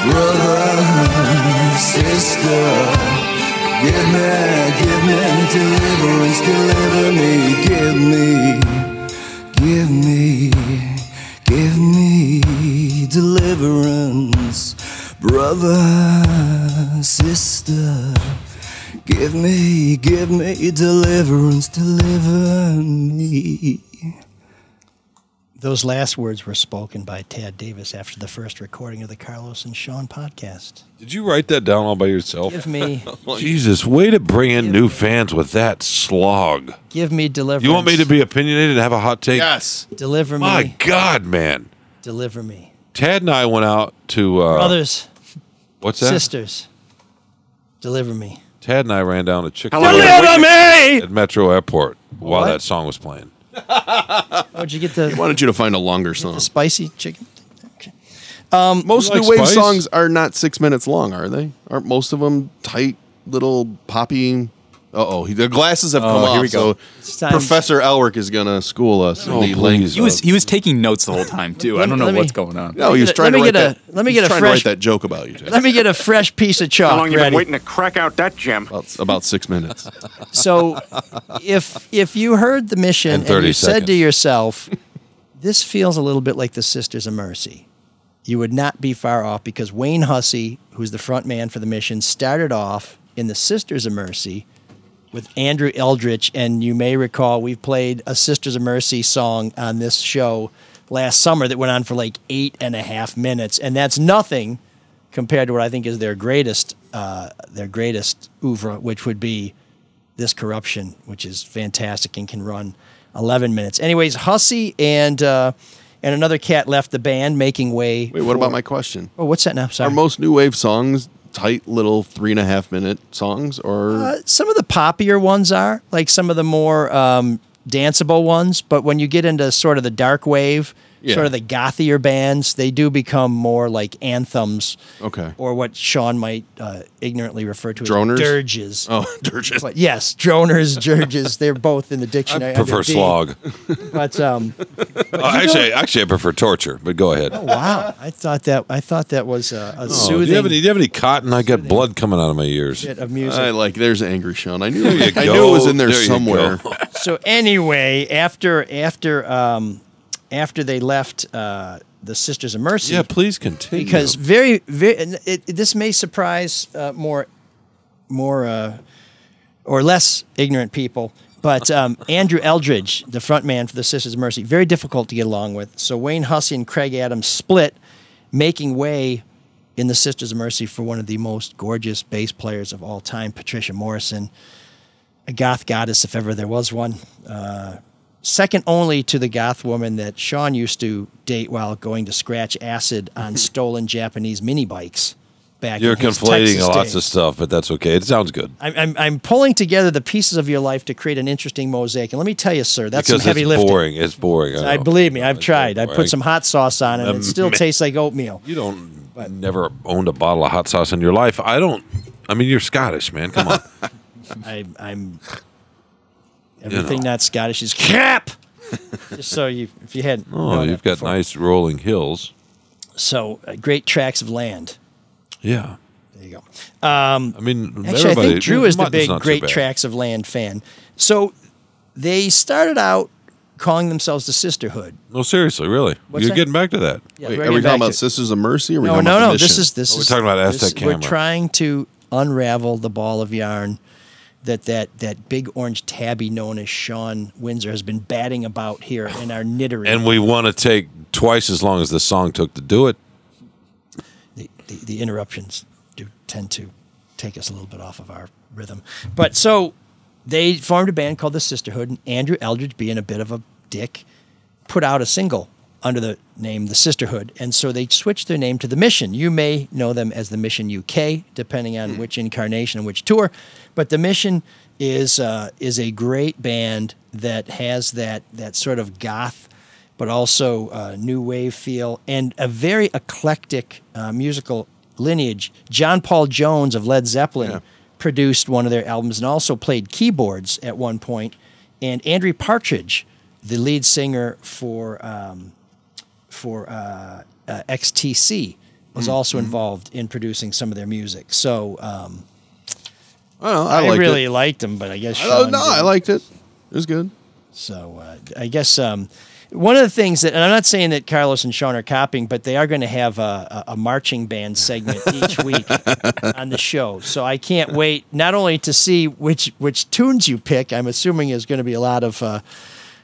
Speaker 4: Brother, sister, give me, give me deliverance. Deliver me, give me, give me, give me deliverance. Brother, sister, give me, give me deliverance. Deliver me.
Speaker 3: Those last words were spoken by Tad Davis after the first recording of the Carlos and Sean podcast.
Speaker 8: Did you write that down all by yourself?
Speaker 3: Give me-
Speaker 8: Jesus, way to bring in new fans with that slog.
Speaker 3: Give me deliverance.
Speaker 8: You want me to be opinionated and have a hot take?
Speaker 3: Yes. Deliver me.
Speaker 8: My God, man.
Speaker 3: Deliver me.
Speaker 8: Tad and I went out to uh,
Speaker 3: Brothers,
Speaker 8: What's that?
Speaker 3: sisters, deliver me.
Speaker 8: Tad and I ran down to Chick.
Speaker 3: Deliver me!
Speaker 8: at Metro Airport while
Speaker 3: What?
Speaker 8: that song was playing.
Speaker 3: How'd you get the?
Speaker 7: Why don't you to find a longer song?
Speaker 3: spicy chicken. Um,
Speaker 7: Most new wave songs are not six minutes long, are they? Aren't most of them tight little poppy? Uh oh, the glasses have come
Speaker 10: Oh,
Speaker 7: off.
Speaker 10: here we go. It's
Speaker 7: So
Speaker 10: time.
Speaker 7: Professor Elric is gonna school us. in the language
Speaker 10: he was he was taking notes the whole time too. I
Speaker 7: Let
Speaker 10: don't
Speaker 7: me-
Speaker 10: know
Speaker 7: let me-
Speaker 10: what's going on.
Speaker 7: No, he was trying
Speaker 3: let
Speaker 7: to
Speaker 3: me
Speaker 7: write
Speaker 3: get a-
Speaker 7: that.
Speaker 3: let me
Speaker 7: he was
Speaker 3: get a
Speaker 7: trying
Speaker 3: fresh-
Speaker 7: to write that joke about you. Ted.
Speaker 3: Let me get a fresh piece of chalk.
Speaker 7: How long you been
Speaker 3: ready.
Speaker 7: waiting
Speaker 13: to crack out that gem?
Speaker 7: About, about six minutes.
Speaker 3: So, if if you heard the mission
Speaker 7: And
Speaker 3: and,
Speaker 7: 30
Speaker 3: you said to
Speaker 7: seconds.
Speaker 3: yourself, "This feels a little bit like the Sisters of Mercy," you would not be far off because Wayne Hussey, who's the front man for the mission, started off in the Sisters of Mercy with Andrew Eldritch, and you may recall we played a Sisters of Mercy song on this show last summer that went on for like eight and a half minutes, and that's nothing compared to what I think is their greatest uh, their greatest oeuvre, which would be this corruption, which is fantastic and can run 11 minutes. Anyways, Hussey and uh, and another cat left the band, making way.
Speaker 7: Wait, what about my question?
Speaker 3: Oh, what's that now? Sorry.
Speaker 7: Are most new wave songs tight little three and a half minute songs or
Speaker 3: Uh, some of the poppier ones are like some of the more um, danceable ones, but when you get into sort of the dark wave,
Speaker 7: Yeah.
Speaker 3: sort of the gothier bands, they do become more like anthems.
Speaker 7: Okay.
Speaker 3: Uh, Or what Sean might uh, ignorantly refer to
Speaker 7: Droners?
Speaker 3: as dirges.
Speaker 7: Oh, dirges.
Speaker 3: But yes, droners, dirges. They're both in the dictionary. under
Speaker 8: prefer
Speaker 3: D.
Speaker 8: slog.
Speaker 3: But um,
Speaker 8: Uh, actually, actually, I prefer torture. But go ahead.
Speaker 3: oh, wow, I thought that I thought that was a, a
Speaker 8: Oh, do you
Speaker 3: soothing.
Speaker 8: have any? Do you have any cotton? I got blood coming out of my ears.
Speaker 3: Bit of music.
Speaker 7: I like there's angry Sean. I knew
Speaker 8: There you
Speaker 7: I knew it was
Speaker 8: go.
Speaker 7: in there,
Speaker 8: There you
Speaker 7: somewhere.
Speaker 8: go.
Speaker 3: so anyway, after after um, after they left uh, the Sisters of Mercy,
Speaker 8: Yeah, please continue.
Speaker 3: because very very and it, it- this may surprise uh, more more uh, or less ignorant people. But um, Andrew Eldridge, the front man for the Sisters of Mercy, very difficult to get along with. So Wayne Hussey and Craig Adams split, making way in the Sisters of Mercy for one of the most gorgeous bass players of all time, Patricia Morrison, a goth goddess if ever there was one. Uh, second only to the goth woman that Sean used to date while going to scratch acid on stolen Japanese mini bikes back
Speaker 8: You're
Speaker 3: in his
Speaker 8: conflating
Speaker 3: Texas
Speaker 8: lots
Speaker 3: days.
Speaker 8: of stuff, but that's okay. It sounds good.
Speaker 3: I'm, I'm, I'm pulling together the pieces of your life to create an interesting mosaic. And let me tell you, sir, that's
Speaker 8: because
Speaker 3: some heavy
Speaker 8: it's
Speaker 3: lifting.
Speaker 8: boring. It's boring.
Speaker 3: I
Speaker 8: know.
Speaker 3: believe me, I've tried. I
Speaker 8: boring.
Speaker 3: put some hot sauce on it, and
Speaker 8: Um,
Speaker 3: it still tastes like oatmeal.
Speaker 8: You don't never owned a bottle of hot sauce in your life. I don't. I mean, you're Scottish, man. Come on.
Speaker 3: I, I'm
Speaker 8: know.
Speaker 3: everything not Scottish is crap. Just so you, if you hadn't.
Speaker 8: Oh,
Speaker 3: known
Speaker 8: you've
Speaker 3: it.
Speaker 8: got nice rolling hills.
Speaker 3: So uh, great tracts of land.
Speaker 8: Yeah.
Speaker 3: There you go. Um,
Speaker 8: I mean,
Speaker 3: actually, I
Speaker 8: everybody-
Speaker 3: think Drew is the
Speaker 8: mutton's
Speaker 3: big
Speaker 8: not so
Speaker 3: great
Speaker 8: bad.
Speaker 3: tracts of land fan. So they started out calling themselves the Sisterhood.
Speaker 8: No, seriously, really.
Speaker 3: What's
Speaker 8: you're
Speaker 3: that?
Speaker 8: getting back to that.
Speaker 3: Yeah,
Speaker 7: Wait,
Speaker 3: we're
Speaker 7: are we
Speaker 3: getting
Speaker 7: talking
Speaker 3: back
Speaker 7: about
Speaker 3: to-
Speaker 7: Sisters of Mercy? Or are we
Speaker 3: no,
Speaker 7: talking
Speaker 3: no,
Speaker 7: about the
Speaker 3: no.
Speaker 7: mission?
Speaker 3: This is this
Speaker 8: Oh, we're
Speaker 3: is
Speaker 8: talking about
Speaker 3: this
Speaker 8: Aztec
Speaker 3: is- We're
Speaker 8: camera.
Speaker 3: trying to unravel the ball of yarn that that that big orange tabby known as Sean Windsor has been batting about here in our knittery.
Speaker 8: And we want to take twice as long as the song took to do it.
Speaker 3: the, the, the interruptions do tend to take us a little bit off of our rhythm. But so they formed a band called the Sisterhood, and Andrew Eldridge, being a bit of a dick, put out a single under the name The Sisterhood. And so they switched their name to The Mission. You may know them as The Mission UK, depending on which incarnation and which tour. But The Mission is uh, is a great band that has that that sort of goth but also uh, new wave feel and a very eclectic uh, musical lineage. John Paul Jones of Led Zeppelin produced one of their albums and also played keyboards at one point. And Andrew Partridge, the lead singer for um, for uh, uh, XTC
Speaker 7: Mm-hmm.
Speaker 3: was also involved in producing some of their music. So um,
Speaker 7: I, don't know, I liked
Speaker 3: really
Speaker 7: it.
Speaker 3: liked them, but I guess
Speaker 7: I don't
Speaker 3: Sean
Speaker 7: know, I
Speaker 3: didn't.
Speaker 7: liked it. It was good.
Speaker 3: So uh, I guess um, one of the things that, and I'm not saying that Carlos and Sean are copying, but they are going to have a, a, a marching band segment each week on the show. So I can't wait not only to see which which tunes you pick. I'm assuming is going to be a lot of uh,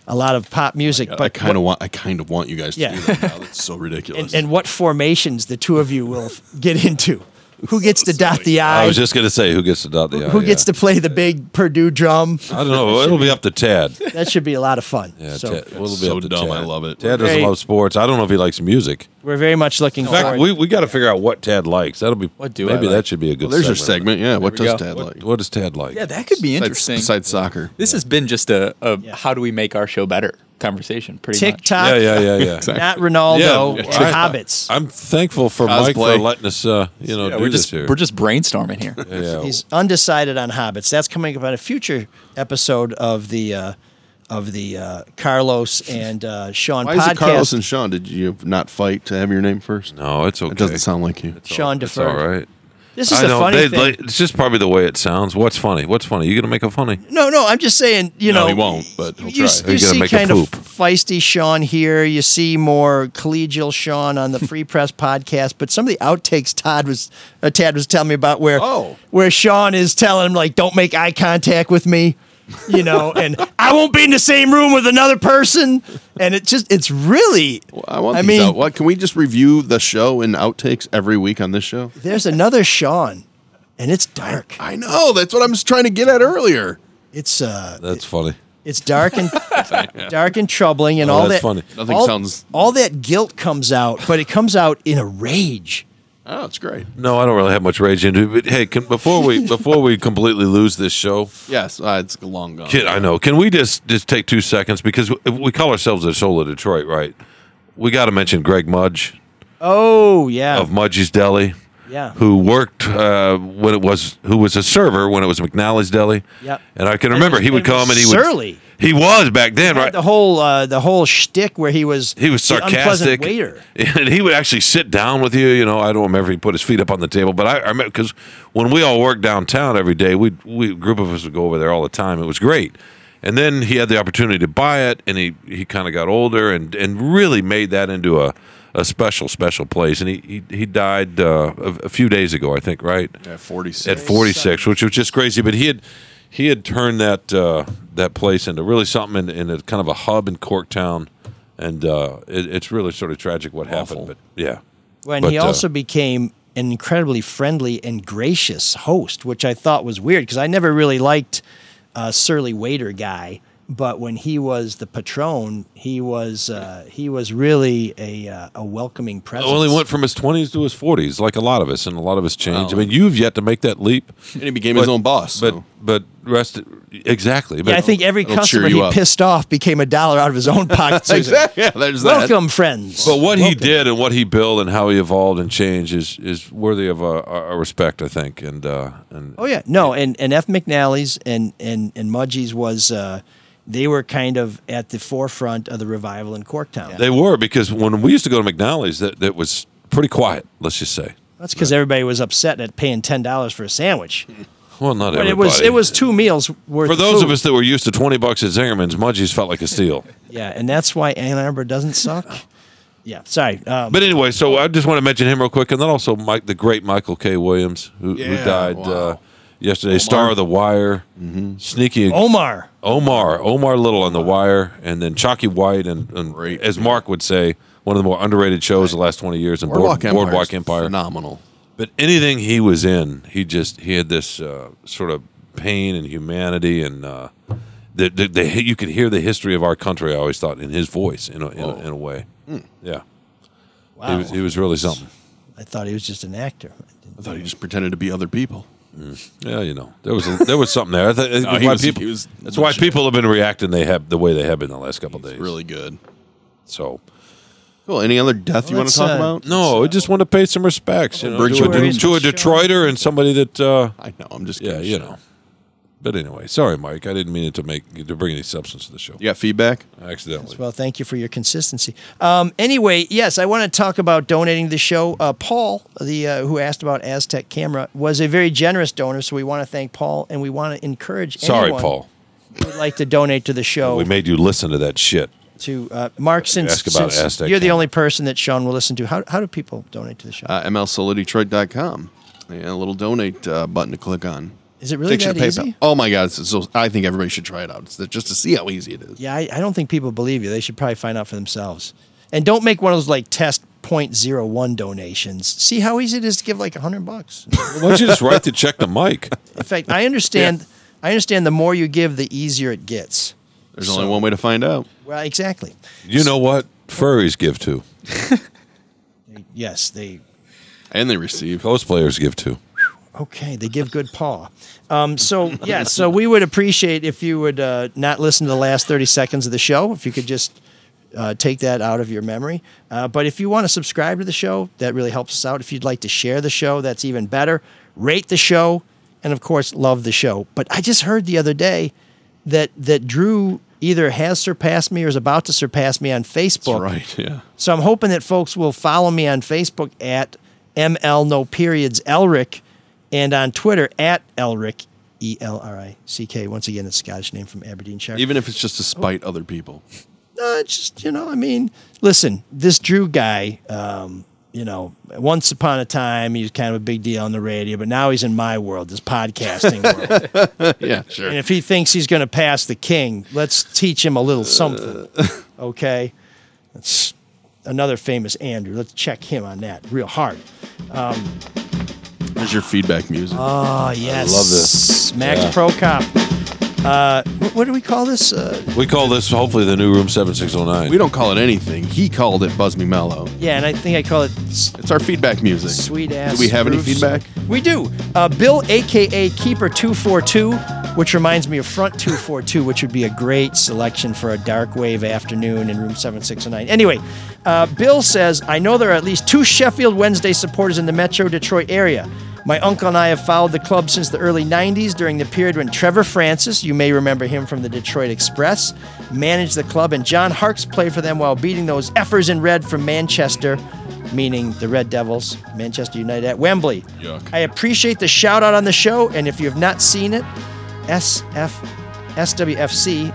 Speaker 3: a lot of pop music,
Speaker 7: I
Speaker 3: but
Speaker 7: kind of want. I kind of want you guys to
Speaker 3: Yeah.
Speaker 7: do that. Now. That's so ridiculous.
Speaker 3: and, and what formations the two of you will f- get into. Who gets to dot the
Speaker 8: I
Speaker 3: I?
Speaker 8: was oh, just going to say who gets to dot the I.
Speaker 3: Who gets to play the big Purdue drum?
Speaker 8: I don't know. It'll be up to Tad.
Speaker 3: That should be a lot of fun.
Speaker 8: Yeah,
Speaker 3: so
Speaker 8: Ted, it'll be
Speaker 7: so
Speaker 8: up to
Speaker 7: dumb,
Speaker 8: Tad.
Speaker 7: I love it.
Speaker 8: Tad doesn't
Speaker 3: Great.
Speaker 8: love sports. I don't know if he likes music.
Speaker 3: we're very much looking
Speaker 8: In
Speaker 3: forward.
Speaker 8: fact, we, we got to figure out what Tad likes. That'll be
Speaker 10: What do I
Speaker 8: maybe
Speaker 10: like?
Speaker 8: that should be a good.
Speaker 7: Well, there's your
Speaker 8: segment.
Speaker 7: segment. Yeah. What
Speaker 10: we
Speaker 7: does
Speaker 10: go.
Speaker 7: Tad
Speaker 8: What-
Speaker 7: like?
Speaker 8: What does Tad like?
Speaker 10: Yeah, that could be
Speaker 7: Besides,
Speaker 10: interesting.
Speaker 7: besides soccer.
Speaker 10: This has been just a, a how do we make our show better conversation, pretty much.
Speaker 3: TikTok,
Speaker 8: Yeah, yeah, yeah, yeah.
Speaker 3: not Ronaldo,
Speaker 8: Yeah,
Speaker 3: or
Speaker 8: I-
Speaker 3: hobbits.
Speaker 8: I'm thankful for Mike
Speaker 7: Cosplay.
Speaker 8: for letting us, uh, you know,
Speaker 10: Yeah,
Speaker 8: do
Speaker 10: we're
Speaker 8: this
Speaker 10: just
Speaker 8: here.
Speaker 10: we're just brainstorming here.
Speaker 8: yeah.
Speaker 3: He's undecided on hobbits. That's coming up on a future episode of the uh, of the uh, Carlos and uh, Sean
Speaker 7: Why is
Speaker 3: podcast.
Speaker 7: it Carlos and Sean? Did you not fight to have your name first?
Speaker 8: no, it's okay.
Speaker 7: It doesn't sound like you.
Speaker 3: Sean
Speaker 8: It's all
Speaker 3: deferred.
Speaker 8: right.
Speaker 3: This is
Speaker 8: I
Speaker 3: the
Speaker 8: know,
Speaker 3: funny
Speaker 8: they-
Speaker 3: thing.
Speaker 8: like, it's just probably the way it sounds. What's funny? What's funny? You gonna make it funny?
Speaker 3: no, no, I'm just saying. You
Speaker 7: No,
Speaker 3: know,
Speaker 7: he won't, but he'll
Speaker 3: you,
Speaker 7: try.
Speaker 3: s-
Speaker 8: He's
Speaker 3: you
Speaker 8: gonna
Speaker 3: see
Speaker 8: make a
Speaker 3: kind of
Speaker 8: poop.
Speaker 3: feisty Sean here. You see more collegial Sean on the Free Press podcast. But some of the outtakes Todd was uh, Tad was telling me about where
Speaker 7: Oh.
Speaker 3: where Sean is telling him like, don't make eye contact with me. You know, and I won't be in the same room with another person. And it just, it's really.
Speaker 7: I want.
Speaker 3: I
Speaker 7: these
Speaker 3: mean,
Speaker 7: out. what can we just review the show and outtakes every week on this show?
Speaker 3: there's another Sean, and it's dark.
Speaker 7: I know. That's what I'm just trying to get at earlier.
Speaker 3: It's uh,
Speaker 8: That's funny.
Speaker 3: It's dark and dark and troubling, and
Speaker 8: Oh,
Speaker 3: all
Speaker 8: that's
Speaker 3: that.
Speaker 8: funny.
Speaker 7: Nothing
Speaker 3: all,
Speaker 7: sounds-
Speaker 3: All that guilt comes out, but it comes out in a rage.
Speaker 7: Oh, it's great.
Speaker 8: No, I don't really have much rage into it. But hey, can, before we before we completely lose this show,
Speaker 7: Yes, uh, it's long gone.
Speaker 8: Kid, I know. Can we just just take two seconds because we, we call ourselves the soul of Detroit, right? We got to mention Greg Mudge
Speaker 3: Oh yeah,
Speaker 8: of Mudge's Deli,
Speaker 3: yeah.
Speaker 8: who worked uh, when it was who was a server when it was McNally's Deli.
Speaker 3: Yep.
Speaker 8: And I can remember he would
Speaker 3: And was
Speaker 8: come and he
Speaker 3: surly.
Speaker 8: would he was back then, right?
Speaker 3: The whole uh, the whole shtick where he was
Speaker 8: he was
Speaker 3: the
Speaker 8: sarcastic.
Speaker 3: unpleasant waiter.
Speaker 8: And he would actually sit down with you. You know, I don't remember if he put his feet up on the table, but I, I remember because when we all worked downtown every day, we we a group of us would go over there all the time. It was great. And then he had the opportunity to buy it, and he, he kind of got older and, and really made that into a, a special special place. And he he, he died uh, a, a few days ago, I think, right?
Speaker 7: At 46.
Speaker 8: at 46, which was just crazy. But he had he had turned that uh, that place into really something in, in a kind of a hub in Corktown, and uh, it, it's really sort of tragic what
Speaker 7: Awful.
Speaker 8: happened. But yeah,
Speaker 3: When
Speaker 8: But,
Speaker 3: he
Speaker 8: uh,
Speaker 3: also became an incredibly friendly and gracious host, which I thought was weird because I never really liked a surly waiter guy. But when he was the patron, he was uh, he was really a uh, a welcoming presence.
Speaker 8: well, he went from his 20s to his 40s, like a lot of us, and a lot of us changed. I mean, you've yet to make that leap,
Speaker 7: And Oh. he became his own boss.
Speaker 8: But
Speaker 7: so.
Speaker 8: but rest exactly. But
Speaker 3: Yeah, I think every
Speaker 7: It'll cheer
Speaker 3: customer
Speaker 7: you
Speaker 3: he
Speaker 7: up.
Speaker 3: pissed off became a dollar out of his own pocket. So he's like,
Speaker 7: exactly. Yeah, there's that.
Speaker 3: Welcome, friends.
Speaker 8: But what he did and what he built and how he evolved and changed is is worthy of our, our respect, I think. And uh, and
Speaker 3: Oh yeah, no, and and F. McNally's and and and Mudgee's was uh, they were kind of at the forefront of the revival in Corktown.
Speaker 8: They were because when we used to go to McNally's, that that was pretty quiet. Let's just say.
Speaker 3: That's because everybody was upset at paying ten dollars for a sandwich.
Speaker 8: Well, not
Speaker 3: But
Speaker 8: everybody.
Speaker 3: it was it was two meals worth.
Speaker 8: for those of
Speaker 3: food.
Speaker 8: us that were used to twenty bucks at Zingerman's. Mudgee's felt like a steal.
Speaker 3: yeah, and that's why Ann Arbor doesn't suck. yeah, sorry. Um,
Speaker 8: But anyway, so I just want to mention him real quick, and then also Mike, the great Michael K. Williams, who,
Speaker 7: Yeah,
Speaker 8: who died
Speaker 7: wow. Mm-hmm.
Speaker 8: uh, yesterday, star of The Wire, sneaky
Speaker 3: Omar,
Speaker 8: Omar, Omar Little on The Wire, and then Chalky White, and, and as Mark would say, one of the more underrated shows the last twenty years, and
Speaker 7: Boardwalk,
Speaker 8: Board-
Speaker 7: Empire.
Speaker 8: Boardwalk Empire.
Speaker 7: Phenomenal.
Speaker 8: but anything he was in, he just he had this uh, sort of pain and humanity, and uh, the, the, the you could hear the history of our country. I always thought in his voice, in a, in
Speaker 7: Oh.
Speaker 8: a, in a way,
Speaker 7: Hmm.
Speaker 8: yeah. He
Speaker 3: Wow.
Speaker 8: was, he was really something.
Speaker 3: I thought he was just an actor.
Speaker 7: I thought he just pretended to be other people.
Speaker 8: Yeah, you know, there was a, there was something there. I think that's
Speaker 7: he
Speaker 8: why
Speaker 7: was-
Speaker 8: people,
Speaker 7: he was
Speaker 8: that's why
Speaker 7: legit.
Speaker 8: people have been reacting. They have the way they have been the last couple days.
Speaker 7: Really good.
Speaker 8: so.
Speaker 7: Cool. Any other death you want
Speaker 3: let's,
Speaker 7: to talk
Speaker 3: uh,
Speaker 7: about?
Speaker 8: No, I just want to pay some respects you know,
Speaker 7: Bridge
Speaker 8: to,
Speaker 7: of
Speaker 8: a,
Speaker 7: Doom.
Speaker 8: to a Detroiter and somebody that uh,
Speaker 7: I know. I'm just
Speaker 8: yeah,
Speaker 7: kidding.
Speaker 8: you know, But anyway, sorry, Mike. I didn't mean it to make to bring any substance to the show.
Speaker 7: You got feedback?
Speaker 8: Accidentally.
Speaker 3: Well, thank you for your consistency. Um, anyway, yes, I want to talk about donating to the show. Uh, Paul, the uh, who asked about Aztec Camera, was a very generous donor, so we want to thank Paul and we want to encourage.
Speaker 8: Sorry,
Speaker 3: anyone
Speaker 8: Paul.
Speaker 3: Who would like to donate to the show?
Speaker 8: We made you listen to that shit.
Speaker 3: to uh, Mark, since,
Speaker 8: Ask about
Speaker 3: since
Speaker 8: Aztec
Speaker 3: you're the
Speaker 8: Camera.
Speaker 3: only person that Sean will listen to, how, how do people donate to the show?
Speaker 7: Uh, MLSolideDetroit.com. Yeah, a little donate uh, button to click on.
Speaker 3: Is it really
Speaker 7: Takes you
Speaker 3: that
Speaker 7: to PayPal.
Speaker 3: easy?
Speaker 7: Oh my God! So, so I think everybody should try it out. It's just to see how easy it is.
Speaker 3: Yeah, I, I don't think people believe you. They should probably find out for themselves. And don't make one of those like test 0.01 donations. See how easy it is to give like 100 bucks.
Speaker 8: Why don't you just write the check to Mike?
Speaker 3: In fact, I understand. I understand. The more you give, the easier it gets.
Speaker 7: There's only one way to find out.
Speaker 3: Well, exactly.
Speaker 8: You know what? Furries give to.
Speaker 3: Yes, they.
Speaker 7: And they receive.
Speaker 8: Cosplayers give to.
Speaker 3: Okay, they give good paw. Um, so yeah, so we would appreciate if you would uh, not listen to the last thirty seconds of the show. If you could just uh, take that out of your memory. Uh, but if you want to subscribe to the show, that really helps us out. If you'd like to share the show, that's even better. Rate the show, and of course, love the show. But I just heard the other day that that Drew either has surpassed me or is about to surpass me on Facebook.
Speaker 7: Right? Yeah.
Speaker 3: So I'm hoping that folks will follow me on Facebook at ML No Periods Elric and on Twitter at Elric, E L R I C K. Once again, it's a Scottish name from Aberdeenshire.
Speaker 7: Even if it's just to spite other people.
Speaker 3: No, it's just, you know, I mean, listen, this Drew guy, um, you know, once upon a time he was kind of a big deal on the radio, but now he's in my world, this podcasting world.
Speaker 7: yeah, sure.
Speaker 3: And if he thinks he's going to pass the king, let's teach him a little something. Okay? That's another famous Andrew. Let's check him on that real hard. Um,
Speaker 7: There's your feedback music.
Speaker 3: oh, yes.
Speaker 8: love this.
Speaker 3: Max
Speaker 8: Yeah.
Speaker 3: Procop. Uh, what, what do we call this? Uh,
Speaker 8: We call this hopefully the new room seven six zero nine.
Speaker 7: We don't call it anything. He called it Buzz Me Mellow.
Speaker 3: yeah, and I think I call it
Speaker 7: It's our feedback music.
Speaker 3: Sweet ass.
Speaker 7: Do we have any
Speaker 3: roofs.
Speaker 7: feedback?
Speaker 3: We do. Uh, Bill, aka Keeper Two Four Two, which reminds me of Front Two Four Two, which would be a great selection for a dark wave afternoon in Room Seven Six Nine. Anyway, uh, Bill says, I know there are at least two Sheffield Wednesday supporters in the Metro Detroit area. My uncle and I have followed the club since the early 90s during the period when Trevor Francis, you may remember him from the Detroit Express, managed the club, and John Harkes played for them while beating those effers in red from Manchester, meaning the Red Devils, Manchester United at Wembley. I appreciate the shout out on the show, and if you have not seen it, SF, SWFC,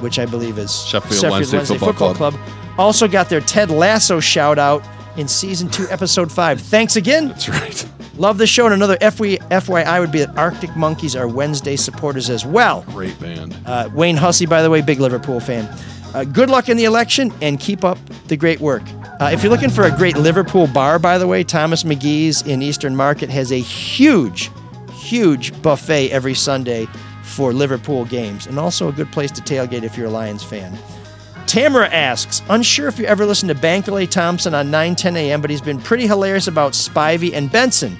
Speaker 3: which I believe is
Speaker 7: Sheffield Wednesday Football Club.
Speaker 3: also got their Ted Lasso shout out in season two, episode five. Thanks again. That's
Speaker 7: right.
Speaker 3: Love the show, and another F- FYI would be that Arctic Monkeys are Wednesday supporters as well.
Speaker 7: Great band.
Speaker 3: Uh, Wayne Hussey, by the way, big Liverpool fan. Uh, good luck in the election and keep up the great work. Uh, if you're looking for a great Liverpool bar, by the way, Thomas McGee's in Eastern Market has a huge, huge buffet every Sunday for Liverpool games and also a good place to tailgate if you're a Lions fan. Tamara asks, unsure if you ever listen to Bankley Thompson on 9 10 a.m., but he's been pretty hilarious about Spivey and Benson.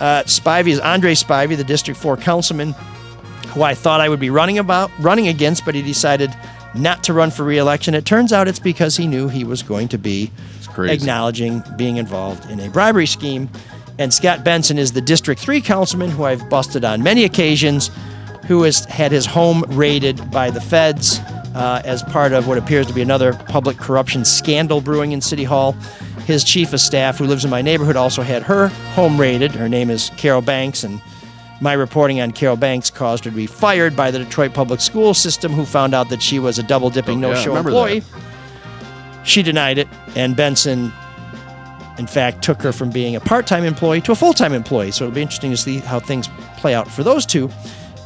Speaker 3: Uh, Spivey is Andre Spivey, the District 4 councilman who I thought I would be running about running against, but he decided not to run for re-election. It turns out it's because he knew he was going to be
Speaker 7: crazy.
Speaker 3: acknowledging being involved in a bribery scheme. And Scott Benson is the District 3 councilman who I've busted on many occasions, who has had his home raided by the feds uh, as part of what appears to be another public corruption scandal brewing in City Hall. His chief of staff, who lives in my neighborhood, also had her home raided. Her name is Carol Banks, and my reporting on Carol Banks caused her to be fired by the Detroit Public School System, who found out that she was a double dipping,
Speaker 7: Oh,
Speaker 3: no
Speaker 7: yeah, I
Speaker 3: show
Speaker 7: remember
Speaker 3: employee. She denied it, and Benson, in fact, took her from being a part time employee to a full time employee. So it'll be interesting to see how things play out for those two.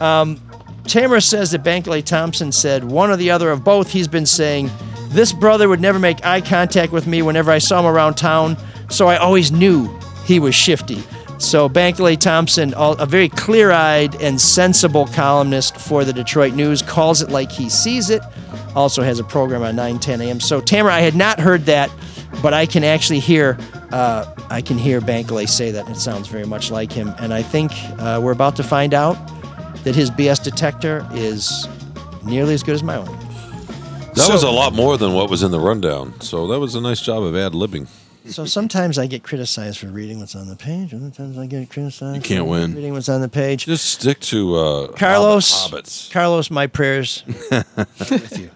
Speaker 3: Um, Tamara says that Bankley Thompson said one or the other of both. He's been saying, This brother would never make eye contact with me whenever I saw him around town, so I always knew he was shifty. So Bankley Thompson, all- a very clear eyed and sensible columnist for the Detroit News, calls it like he sees it. Also has a program on 9 10 a.m. So Tamara, I had not heard that, but I can actually hear. Uh, I can hear Bankley say that. It sounds very much like him, and I think uh, we're about to find out that his BS detector is nearly as good as my own.
Speaker 8: That
Speaker 3: So-
Speaker 8: was a lot more than what was in the rundown. So that was a nice job of ad libbing.
Speaker 3: So sometimes I get criticized for reading what's on the page. Other times I get criticized.
Speaker 8: You can't
Speaker 3: for
Speaker 8: win.
Speaker 3: Reading what's on the page.
Speaker 8: Just stick to uh,
Speaker 3: Carlos.
Speaker 8: Hobbit-
Speaker 3: Carlos, my prayers
Speaker 8: Hobbits.
Speaker 3: with you.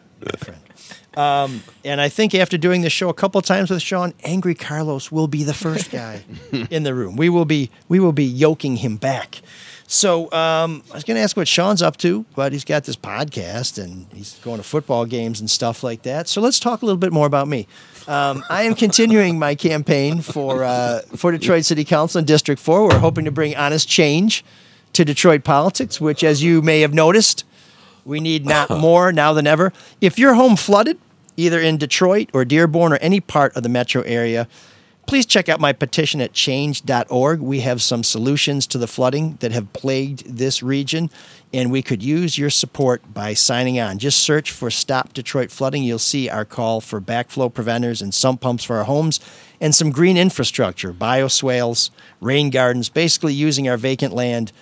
Speaker 3: Um, and I think after doing this show a couple times with Sean, angry Carlos will be the first guy in the room. We will be we will be yoking him back. So um, I was going to ask what Sean's up to, but he's got this podcast and he's going to football games and stuff like that. So let's talk a little bit more about me. Um, I am continuing my campaign for uh, for Detroit City Council in District Four. We're hoping to bring honest change to Detroit politics, which, as you may have noticed, we need not more now than ever. If your home flooded, either in Detroit or Dearborn or any part of the metro area, please check out my petition at change.org. We have some solutions to the flooding that have plagued this region, and we could use your support by signing on. Just search for Stop Detroit Flooding. You'll see our call for backflow preventers and sump pumps for our homes and some green infrastructure, bioswales, rain gardens, basically using our vacant land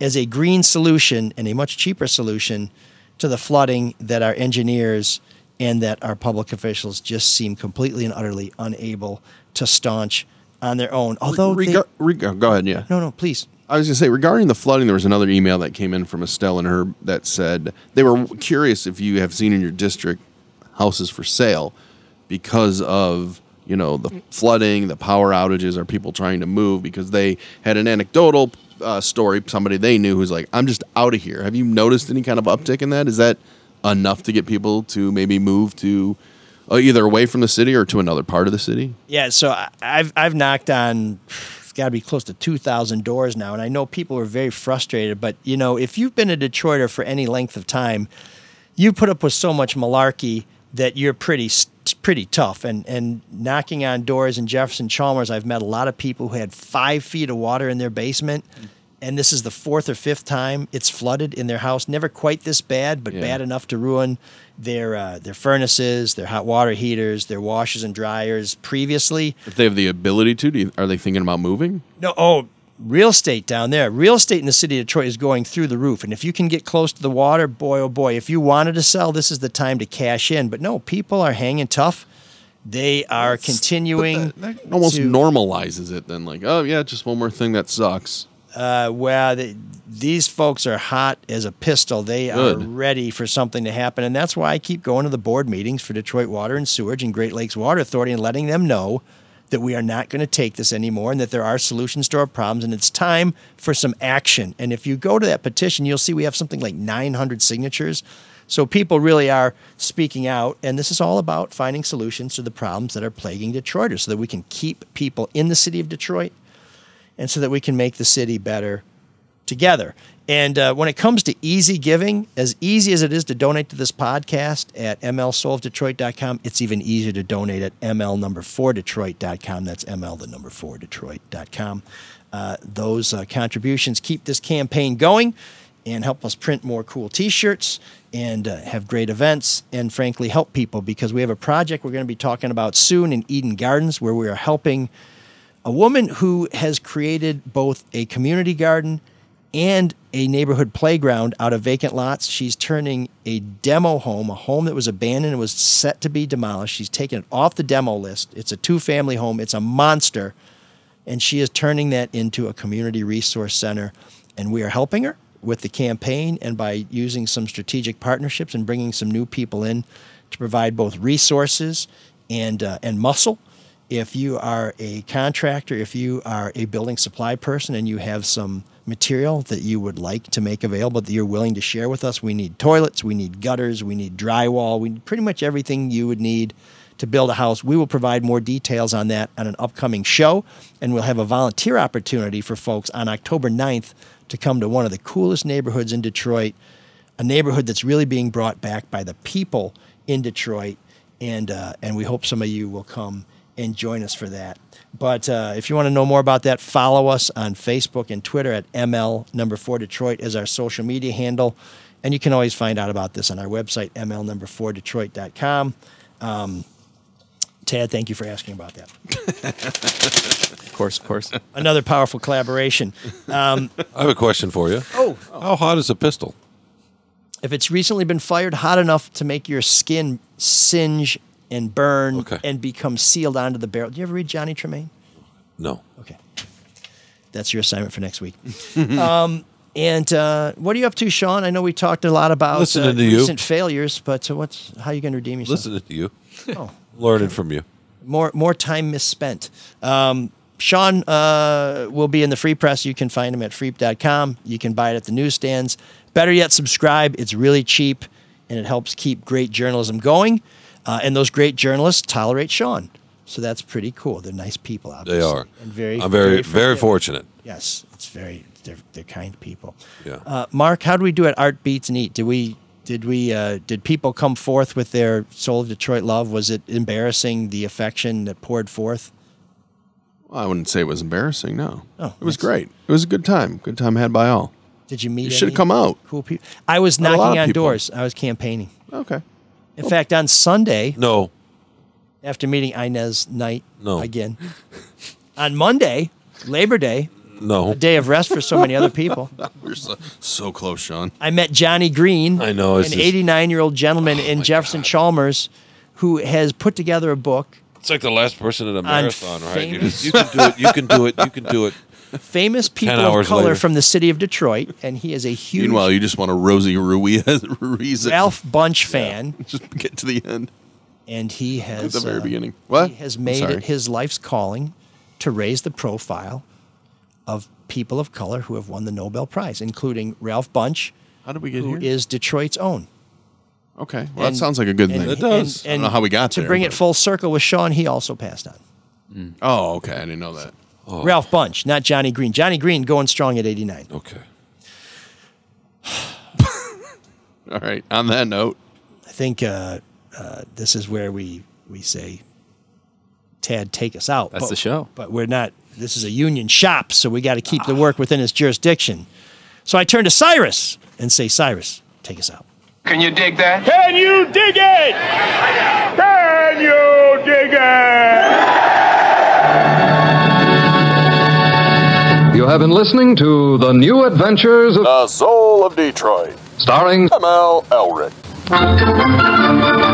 Speaker 3: as a green solution and a much cheaper solution to the flooding that our engineers and that our public officials just seem completely and utterly unable to staunch on their own. Although, they-
Speaker 7: Rega- rega- go ahead, yeah.
Speaker 3: no, no, please.
Speaker 7: I was going to say regarding the flooding, there was another email that came in from Estelle and her that said they were curious if you have seen in your district houses for sale because of you know the flooding, the power outages, are people trying to move because they had an anecdotal uh, story somebody they knew who's like I'm just out of here. Have you noticed any kind of uptick in that? Is that enough to get people to maybe move to uh, either away from the city or to another part of the city?
Speaker 3: Yeah, so I- I've I've knocked on it's got to be close to 2000 doors now and I know people are very frustrated, but you know, if you've been a Detroiter for any length of time, you put up with so much malarkey that you're pretty st- pretty tough and and knocking on doors in Jefferson Chalmers, I've met a lot of people who had 5 feet of water in their basement. And this is the fourth or fifth time it's flooded in their house. Never quite this bad, but
Speaker 13: Yeah.
Speaker 3: bad enough to ruin their uh, their furnaces, their hot water heaters, their washers and dryers. Previously,
Speaker 7: If they have the ability to, do you, are they thinking about moving?
Speaker 3: no, oh, real estate down there. Real estate in the city of Detroit is going through the roof. And if you can get close to the water, boy, oh boy, if you wanted to sell, this is the time to cash in. But no, people are hanging tough. They are continuing.
Speaker 7: It almost
Speaker 3: to-
Speaker 7: normalizes it then like oh yeah just one more thing that sucks
Speaker 3: uh, well, they, these folks are hot as a pistol. They are
Speaker 7: Good.
Speaker 3: ready for something to happen. And that's why I keep going to the board meetings for Detroit Water and Sewage and Great Lakes Water Authority and letting them know that we are not going to take this anymore and that there are solutions to our problems and it's time for some action. And if you go to that petition, you'll see we have something like 900 signatures. So people really are speaking out. And this is all about finding solutions to the problems that are plaguing Detroiters so that we can keep people in the city of Detroit and so that we can make the city better together. And uh, when it comes to easy giving, as easy as it is to donate to this podcast at mlsolvedetroit.com, it's even easier to donate at ml number four detroit.com. That's ml the number four detroit.com. Uh, those uh, contributions keep this campaign going and help us print more cool t-shirts and uh, have great events and frankly help people because we have a project we're going to be talking about soon in Eden Gardens where we are helping a woman who has created both a community garden and a neighborhood playground out of vacant lots. She's turning a demo home, a home that was abandoned and was set to be demolished. She's taken it off the demo list. It's a two family home, it's a monster. And she is turning that into a community resource center. And we are helping her with the campaign and by using some strategic partnerships and bringing some new people in to provide both resources and, uh, and muscle if you are a contractor, if you are a building supply person and you have some material that you would like to make available that you're willing to share with us, we need toilets, we need gutters, we need drywall, we need pretty much everything you would need to build a house. We will provide more details on that on an upcoming show, and we'll have a volunteer opportunity for folks on October 9th to come to one of the coolest neighborhoods in Detroit a neighborhood that's really being brought back by the people in Detroit, and uh, and we hope some of you will come and join us for that. But uh, if you want to know more about that, follow us on Facebook and Twitter at ML number four Detroit is our social media handle, and you can always find out about this on our website ML number four Detroit.com. Um, Tad, thank you for asking about that.
Speaker 10: Of course, of course.
Speaker 3: Another powerful collaboration. Um,
Speaker 8: I have a question for you.
Speaker 3: Oh.
Speaker 8: how hot is a pistol?
Speaker 3: if it's recently been fired hot enough to make your skin singe and burn and become sealed onto the barrel. Do you ever read Johnny Tremaine?
Speaker 8: No.
Speaker 3: Okay. That's your assignment for next week. um, and uh, what are you up to, Sean? I know we talked a lot about
Speaker 8: Listening
Speaker 3: uh,
Speaker 8: to you.
Speaker 3: recent failures, but uh, what's how you going to redeem yourself?
Speaker 8: Listening to you.
Speaker 3: Oh.
Speaker 8: Learning from you.
Speaker 3: more more time misspent. Um, Sean uh, will be in the free press. You can find him at freep.com. You can buy it at the newsstands. Better yet, subscribe. It's really cheap and it helps keep great journalism going. Uh, and those great journalists tolerate Sean. So that's pretty cool. They're nice people, obviously.
Speaker 8: They are.
Speaker 3: And very,
Speaker 8: I'm very, very,
Speaker 3: forgiving.
Speaker 8: fortunate.
Speaker 3: Yes, it's very, they're, they're kind people.
Speaker 8: Yeah.
Speaker 3: Uh, Mark, how do we do at Art Beats and Eat? Did we did we uh, did people come forth with their soul of Detroit love? Was it embarrassing the affection that poured forth?
Speaker 7: I wouldn't say it was embarrassing. No,
Speaker 3: Oh,
Speaker 7: it was
Speaker 3: nice.
Speaker 7: great. It was a good time. Good time had by all.
Speaker 3: Did you meet?
Speaker 7: You should've
Speaker 3: any
Speaker 7: come out.
Speaker 3: Cool people. I was
Speaker 7: Met a lot
Speaker 3: knocking
Speaker 7: of
Speaker 3: on
Speaker 7: people.
Speaker 3: doors. I was campaigning.
Speaker 7: Okay.
Speaker 3: In fact, on Sunday
Speaker 8: No.
Speaker 3: after meeting Inez Knight
Speaker 8: No.
Speaker 3: again, on Monday, Labor Day,
Speaker 8: No.
Speaker 3: a day of rest for so many other people.
Speaker 7: You're so, so close, Sean.
Speaker 3: I met Johnny Green.
Speaker 8: I know,
Speaker 3: an
Speaker 8: it's just-
Speaker 3: 89 year old gentleman
Speaker 7: Oh
Speaker 3: in Jefferson Chalmers, who has put together a book
Speaker 8: It's like the last person in a marathon, right? You,
Speaker 3: famous-
Speaker 8: just, you can do it. You can do it. You can do it.
Speaker 3: famous people of
Speaker 8: hours
Speaker 3: color
Speaker 8: later.
Speaker 3: from the city of Detroit, and he is a huge
Speaker 7: Meanwhile, you just want a Rosie Ruiz, Ruiz
Speaker 3: Ralph Bunch fan.
Speaker 7: Just get to the end.
Speaker 3: And he has
Speaker 7: the very
Speaker 3: uh,
Speaker 7: beginning. What?
Speaker 3: He has
Speaker 7: I'm
Speaker 3: made
Speaker 7: sorry.
Speaker 3: it his life's calling to raise the profile of people of color who have won the Nobel Prize, including Ralph Bunch,
Speaker 7: How did we get
Speaker 3: who
Speaker 7: here?
Speaker 3: is Detroit's own.
Speaker 7: Okay. Well,
Speaker 3: And-
Speaker 7: that sounds like a good
Speaker 3: and-
Speaker 7: thing.
Speaker 3: and-
Speaker 7: I don't know how we got
Speaker 3: to
Speaker 7: there,
Speaker 3: bring it
Speaker 7: but-
Speaker 3: full circle with Sean. He also passed on.
Speaker 7: Oh, okay. I didn't know that. Oh.
Speaker 3: Ralph Bunch, not Johnny Green. Johnny Green going strong at 89.
Speaker 8: Okay.
Speaker 7: All right. On that note,
Speaker 3: I think uh, uh, this is where we we say, Tad, take us out.
Speaker 10: That's the show.
Speaker 3: But we're not. This is a union shop, so we got to keep the work within its jurisdiction. So I turn to Cyrus and say, Cyrus, take us out.
Speaker 13: Can you dig that? Can you dig it? Can you dig
Speaker 1: You have been listening to The New Adventures of
Speaker 2: The Soul of Detroit.
Speaker 1: Starring
Speaker 2: ML Elric.
Speaker 13: it?